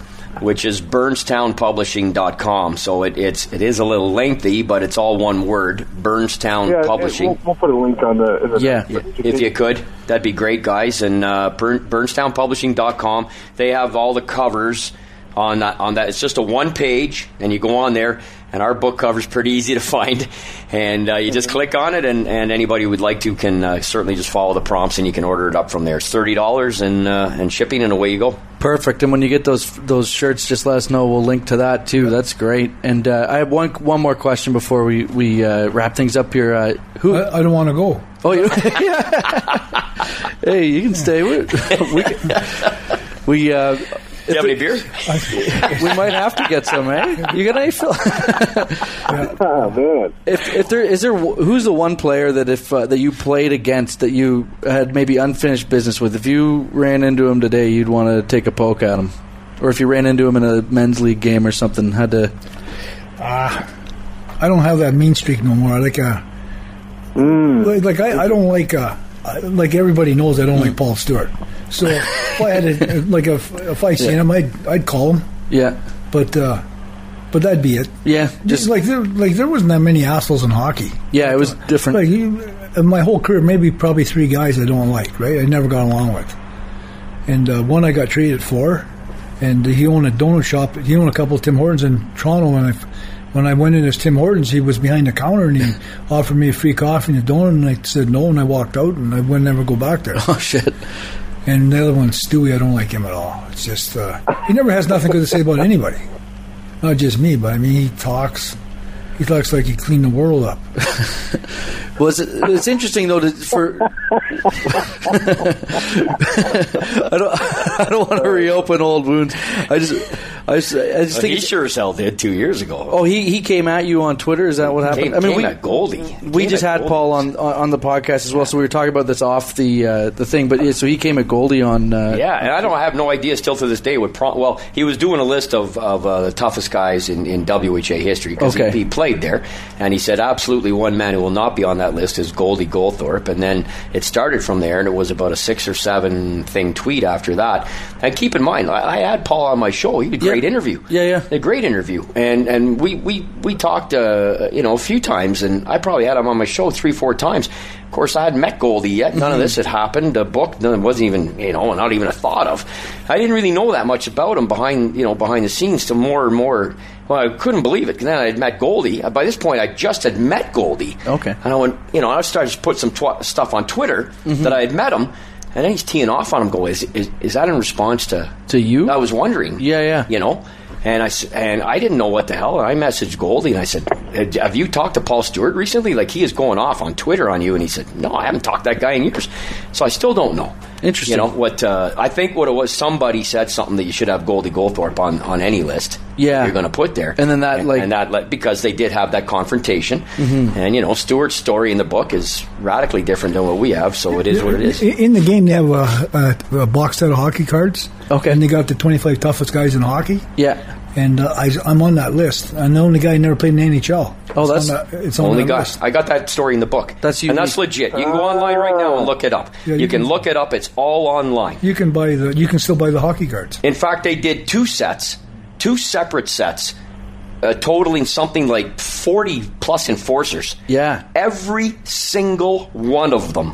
S4: which is burnstownpublishing.com. So it, it's it is a little lengthy, but it's all one word, Burnstown
S5: Yeah,
S4: Publishing.
S5: We'll, we'll put a link on the. In the
S2: Yeah.
S4: if you could, that'd be great, guys. And uh, Burn, burnstownpublishing.com, they have all the covers on that. On that, it's just a one page, and you go on there. And our book cover's pretty easy to find, and uh, you just click on it, and, and anybody who would like to can uh, certainly just follow the prompts, and you can order it up from there. It's thirty dollars and uh, and shipping, and away you go.
S2: Perfect. And when you get those those shirts, just let us know. We'll link to that too. That's great. And uh, I have one one more question before we we uh, wrap things up here. Uh, who?
S3: I, I don't want to go.
S2: oh, you. hey, you can stay. We we, we, uh,
S4: Do you have any beer?
S2: we might have to get some. Eh? You got any? Phil?
S5: Oh man.
S2: if if there is there who's the one player that if uh, that you played against that you had maybe unfinished business with? If you ran into him today, you'd want to take a poke at him. Or if you ran into him in a men's league game or something, had to
S3: I don't have that mean streak no more. I like uh, like, like I, I don't like uh, I- like everybody knows I don't like Paul Stewart. So if I had a, like if, if I seen him, I'd I'd call him.
S2: yeah.
S3: But uh, but that'd be it.
S2: Yeah,
S3: Just
S2: just
S3: like there, like there wasn't that many assholes in hockey.
S2: yeah, it was different.
S3: Like you, in uh, my whole career, maybe probably three guys I don't like. Right, I never got along with, and uh, one I got traded for, and he owned a donut shop. He owned a couple of Tim Hortons in Toronto. When I when I went in as Tim Hortons, he was behind the counter and he offered me a free coffee and a donut, and I said no, and I walked out, and I would never go back there.
S2: oh shit!
S3: and the other one, Stewie, I don't like him at all. It's just uh, he never has nothing good to say about anybody, not just me, but I mean he talks. He talks like he cleaned the world up.
S2: Was it, it's interesting though to, for I don't I don't want to reopen old wounds. I just I just, I just think
S4: Oh, He
S2: it's-
S4: sure as hell did two years ago.
S2: oh he he came at you on Twitter. Is that what happened?
S4: Came- came at Goldie.
S2: We
S4: Came
S2: just
S4: at
S2: had
S4: Goldie.
S2: Paul on on on the podcast as well, so we were talking about this off the uh, the thing. But yeah, so he came at Goldie on uh,
S4: Yeah, and I don't I have no idea still to this day what prom. Well, he was doing a list of, of uh, the toughest guys in, in WHA history because
S2: Okay.
S4: he, he played there, and he said absolutely one man who will not be on that list is Goldie Goldthorpe, and then it started from there, and it was about a six or seven thing tweet after that. And keep in mind, I, I had Paul on my show; he did a great
S2: Yeah.
S4: interview.
S2: Yeah, yeah.
S4: a great interview, and and we we we talked uh, you know a few times, and I probably had him on my show three four times. Of course, I hadn't met Goldie yet. None
S2: Mm-hmm.
S4: of this had happened. The book none- wasn't even you know not even a thought of. I didn't really know that much about him behind you know behind the scenes. To more and more, well, I couldn't believe it. 'cause Then I had met Goldie. By this point, I just had met Goldie.
S2: Okay.
S4: and I went you know I started to put some tw- stuff on Twitter
S2: Mm-hmm.
S4: that I had met him. And then he's teeing off on him. Going, is, is, is that in response to
S2: To you?
S4: I was wondering.
S2: Yeah, yeah.
S4: You know, And I s- and I didn't know what the hell. And I messaged Goldie and I said, "Have you talked to Paul Stewart recently? Like he is going off on Twitter on you." And he said, "No, I haven't talked to that guy in years." So I still don't know.
S2: Interesting.
S4: You know what? Uh, I think what it was. Somebody said something that you should have Goldie Goldthorpe on on any list.
S2: Yeah.
S4: you're going to put there,
S2: And then that, like- Mm-hmm.
S4: and that like, because they did have that confrontation. And you know, Stewart's story in the book is radically different than what we have. So it is what it is.
S3: In in the game, they have a, a, a box set of hockey cards.
S2: Okay.
S3: And they got the 25 toughest guys in hockey.
S2: Yeah.
S3: And uh, I, I'm on that list. I'm the only guy who never played in the NHL.
S2: Oh,
S3: It's
S2: that's-
S3: on that- it's on
S4: Only
S3: that
S4: got
S3: list.
S4: I got that story in the book.
S2: That's
S4: and that's
S2: unique.
S4: legit. You can go online right now and look it up.
S3: Yeah,
S4: you,
S3: you
S4: can,
S3: can-
S4: look it up. It's all online.
S3: You can buy the. You can still buy the hockey cards.
S4: In fact, they did two sets, two separate sets, uh, totaling something like forty plus enforcers.
S2: Yeah.
S4: every single one of them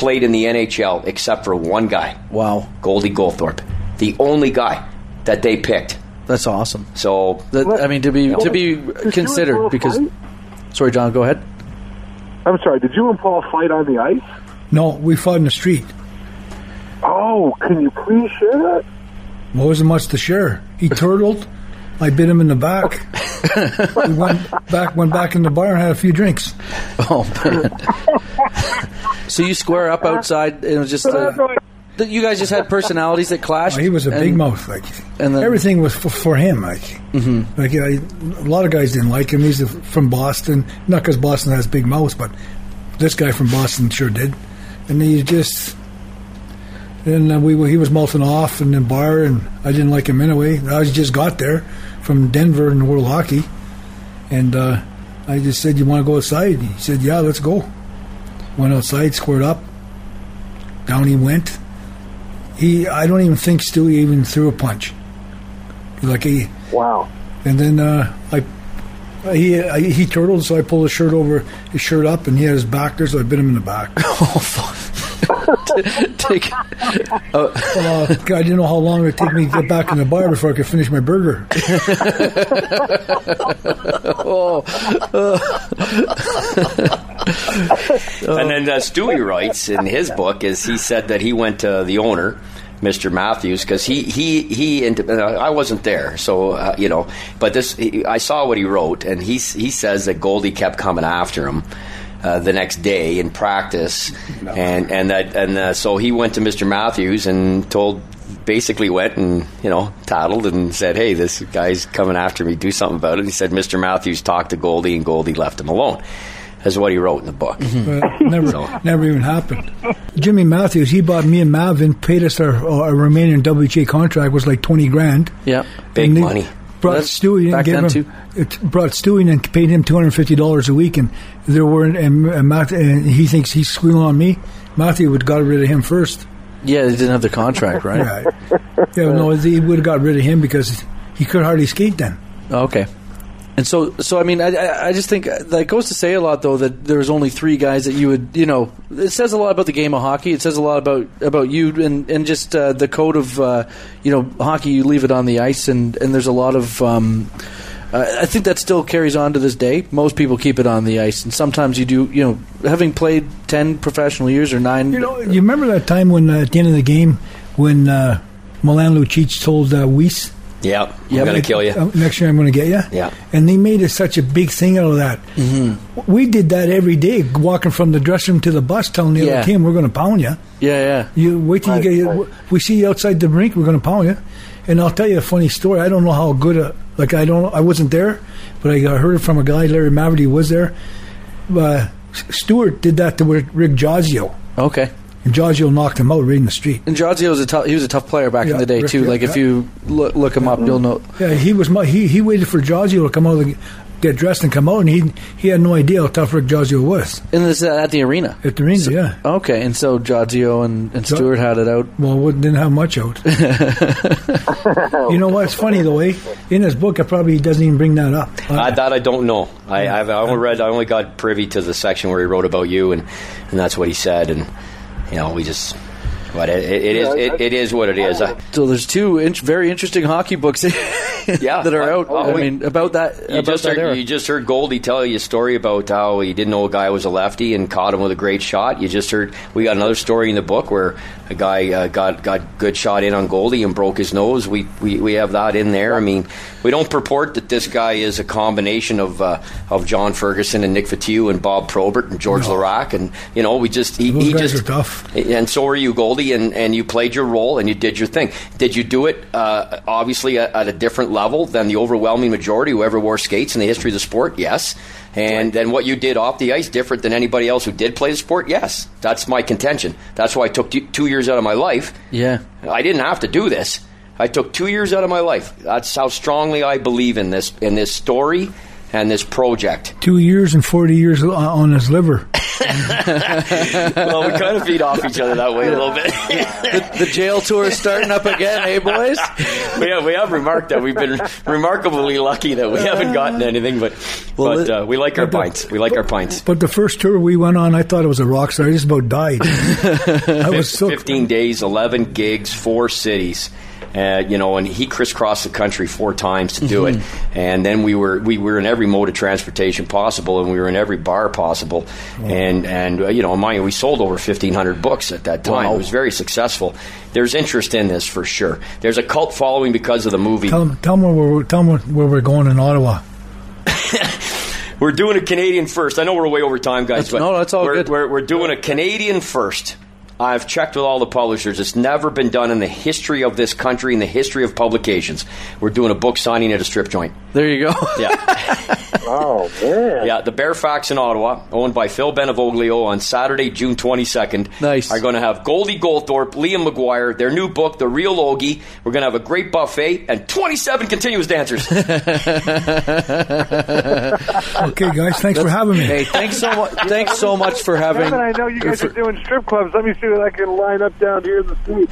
S4: played in the NHL except for one guy,
S2: Wow.
S4: Goldie Goldthorpe, the only guy that they picked.
S2: That's awesome.
S4: So
S2: That, I mean, to be to be
S5: Did you
S2: considered
S5: and Paul
S2: because.
S5: fight?
S2: Sorry, John. Go ahead.
S5: I'm sorry. Did you and Paul fight on the ice?
S3: No, we fought in the street.
S5: Oh, can you please share that?
S3: Well, wasn't much to share. He turtled. I bit him in the back. we went back, went back in the bar and had a few drinks.
S2: Oh man. so you square up outside, and it was just uh, that you guys just had personalities that clashed.
S3: Well, Oh, he was a
S2: and-
S3: big mouth. Like
S2: and then- Mm-hmm.
S3: everything was for, for him. Like, like I, a lot of guys didn't like him. He's a, from Boston, not because Boston has big mouths, but this guy from Boston sure did. And he just, then uh, we were- he was melting off in the bar, and I didn't like him anyway. I was- just got there from Denver in World Hockey, and uh, I just said, "You want to go outside?" He said, "Yeah, let's go." Went outside, squared up. Down he went he I don't even think Stewie even threw a punch. Like he,
S5: Wow.
S3: and then uh, I he I, he turtled, so I pulled his shirt over his shirt up, and he had his back there, so I bit him in the back.
S2: Oh, Take-
S3: uh, God, I didn't know how long it would take me to get back in the bar before I could finish my burger.
S4: And then uh, Stewie writes in his book is he said that he went to the owner, Mr. Matthews, because he he he and uh, I wasn't there, so uh, you know. But this he, I saw what he wrote, and he s- he says that Goldie kept coming after him. Uh, the next day in practice, and and that and uh, so he went to Mr. Matthews and told, basically went and you know tattled and said, "Hey, this guy's coming after me. Do something about it." he said, "Mr. Matthews talked to Goldie, and Goldie left him alone." Is what he wrote in the book.
S3: But never, never even happened. Jimmy Matthews, he bought me and Mavin, paid us our, our remaining WJ contract was like twenty grand.
S2: yeah.
S4: Big
S3: And they
S4: money.
S3: Brought
S2: That's
S3: Stewie
S2: back
S3: and
S2: then,
S3: gave him,
S2: too.
S3: it brought Stewie in and paid him two hundred fifty dollars a week, and there were and, and, Matt, and he thinks he's squealing on me. Matthew would got rid of him first.
S2: Yeah, they didn't have the contract, right?
S3: Yeah, yeah no, he would have got rid of him because he could hardly skate then.
S2: Okay. And so, so I mean, I- I, I just think uh, that goes to say a lot, though, that there's only three guys that you would, you know, it says a lot about the game of hockey. It says a lot about about you and and just uh, the code of, uh, you know, hockey. You leave it on the ice, and and there's a lot of. Um, uh, I think that still carries on to this day. Most people keep it on the ice, and sometimes you do. You know, having played ten professional years or nine,
S3: You know, you remember that time when uh, at the end of the game when uh, Milan Lucic told uh, Weiss,
S4: Yep. I'm going to kill you.
S3: Uh, next year I'm going to get you.
S4: Yeah.
S3: And they made it such a big thing out of that. Mm-hmm. We did that every day, walking from the dressing room to the bus, telling the
S2: Yeah.
S3: other team, we're going to pound you.
S2: yeah, yeah.
S3: You wait till you get. We see you outside the rink. We're going to pound you. And I'll tell you a funny story. I don't know how good a like. I don't. I wasn't there, but I got- heard it from a guy, Larry Maverty, was there. Uh, S- Stewart did that to Rick Rick Giorgio,
S2: Okay.
S3: and Giorgio knocked him out right in the street.
S2: And Giorgio was a tough, he was a tough player back in
S3: Yeah,
S2: the day
S3: Rick-
S2: too.
S3: yeah,
S2: like if
S3: yeah.
S2: you look, look him up, you'll know.
S3: Yeah, he was. mu- He he waited for Giorgio to come out, and get dressed, and come out, and he he had no idea how tough Rick Giorgio was
S2: And this is at the arena.
S3: at the arena. yeah.
S2: Okay, and so Giorgio and, and
S3: Jo-
S2: Stewart had it out.
S3: Well, we didn't have much out. you know what's funny though? Eh? In his book, it probably doesn't even bring that up.
S4: I, that I don't know. I, I've, I only read. I only got privy to the section where he wrote about you, and and that's what he said. And you know, we just But it, it, it is
S5: Yeah,
S4: it, it is what it is. I,
S2: So there's two int- very interesting hockey books
S4: Yeah.
S2: that are out.
S4: Oh,
S2: I
S4: we-
S2: mean, about that
S4: you
S2: about
S4: just
S2: that era.
S4: heard, you just heard Goldie tell you a story about how he didn't know a guy was a lefty and caught him with a great shot. You just heard we got another story in the book where a guy uh, got got good shot in on Goldie and broke his nose. We, we we have that in there. I mean, we don't purport that this guy is a combination of uh, of John Ferguson and Nick Fattiu and Bob Probert and George Larac and you know we just he,
S3: Those
S4: he
S3: guys
S4: just
S3: are tough.
S4: and so are you, Goldie, and, and you played your role and you did your thing. Did you do it, uh, obviously, at, at a different level than the overwhelming majority who ever wore skates in the history of the sport? Yes. And then what you did off the ice different than anybody else who did play the sport? Yes. That's my contention. That's why I took two, two years out of my life.
S2: yeah.
S4: I didn't have to do this. I took two years out of my life. That's how strongly I believe in this in this story and this project.
S3: Two years and 40 years on- on his liver.
S4: well, we kind of feed off each other that way a little bit.
S2: The jail tour is starting up again, hey boys.
S4: we have we have remarked that we've been remarkably lucky that we haven't gotten anything, but
S2: Well,
S4: but
S2: it-
S4: uh, we like our pints. We like our pints.
S3: But the first tour we went on, I thought it was a rock star. I just about died. I was so.
S4: Fifteen days, eleven gigs, four cities. Uh, you know, and he crisscrossed the country four times to do it, and then we were we were in every mode of transportation possible, and we were in every bar possible, and and uh, you know, mind you, we sold over fifteen hundred books at that time. It was very successful. There's interest in this for sure. There's a cult following because of the movie.
S3: Tell him, tell him where we're, tell him where we're going in Ottawa.
S4: We're doing a Canadian first. I know we're way over time, guys.
S2: That's-
S4: but
S2: no, that's all
S4: we're,
S2: good.
S4: We're, we're doing a Canadian first. I've checked with all the publishers. It's never been done in the history of this country, in the history of publications. We're doing a book signing at a strip joint.
S2: There you go.
S4: Yeah.
S5: Oh man.
S4: Yeah, the Bearfax in Ottawa, owned by Phil Benevoglio on Saturday, June 22nd.
S2: Nice.
S4: Are going to have Goldie Goldthorpe, Liam McGuire, their new book, The Real Ogie. We're going to have a great buffet and 27 continuous dancers.
S3: Okay, guys, thanks for having me.
S2: Hey, thanks so much. Thanks so much for having.
S5: Now that I know you guys
S2: for-
S5: are doing strip clubs, let me see what I can line up down here in the street.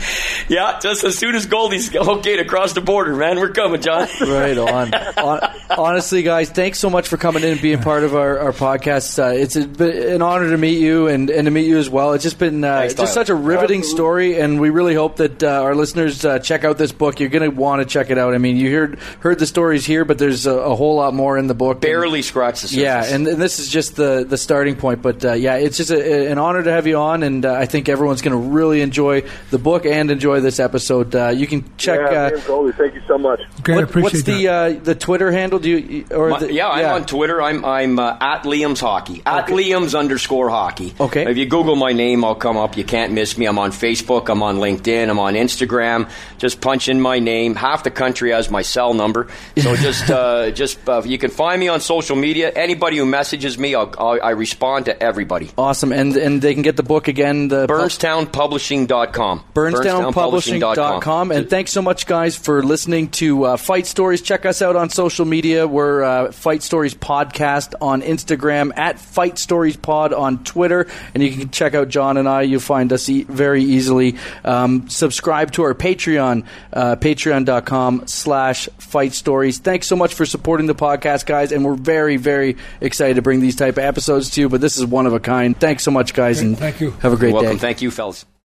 S4: yeah, just as soon as Goldie's okayed across the border, man, we're coming, John.
S2: Right on. Hon- Honestly, guys, thanks so much for coming in and being part of our, our podcast. Uh, it's a, been an honor to meet you and, and to meet you as well. It's just been uh,
S4: Thanks,
S2: just
S4: Tyler.
S2: such a riveting story, and we really hope that uh, our listeners uh, check out this book. You're going to want to check it out. I mean, you heard heard the stories here, but there's a, a whole lot more in the book.
S4: barely scratched the surface.
S2: Yeah, and, and this is just the, the starting point. But uh, yeah, it's just a, an honor to have you on, and uh, I think everyone's going to really enjoy the book and enjoy this episode. Uh, you can check.
S5: yeah,
S2: uh,
S5: man, Goldie, thank you so much.
S3: Okay, I
S2: what-
S3: appreciate
S2: what's the
S3: that.
S2: uh, the Twitter handle? Do you or
S4: My-
S2: the,
S4: yeah, I'm on Twitter. I'm I'm uh, at Liam's hockey at Liam's underscore hockey.
S2: Okay.
S4: If you Google my name, I'll come up. You can't miss me. I'm on Facebook. I'm on LinkedIn. I'm on Instagram. Just punch in my name. Half the country has my cell number, so just uh, just uh, you can find me on social media. Anybody who messages me, I'll, I'll, I respond to everybody.
S2: Awesome, and and they can get the book again. The
S4: BurnstownPublishing.com.
S2: BurnstownPublishing.com. And thanks so much, guys, for listening to uh, Fight Stories. Check us out on social media. We're uh, Fight Stories Podcast on Instagram, at Fight Stories Pod on Twitter. And you can check out John and I. You'll find us e- very easily. Um, subscribe to our Patreon, uh, patreon.com slash Fight Stories. Thanks so much for supporting the podcast, guys. And we're very, very excited to bring these type of episodes to you. But this is one of a kind. Thanks so much, guys. And
S3: Thank you.
S2: Have a great
S4: Welcome.
S2: day.
S4: Thank you, fellas.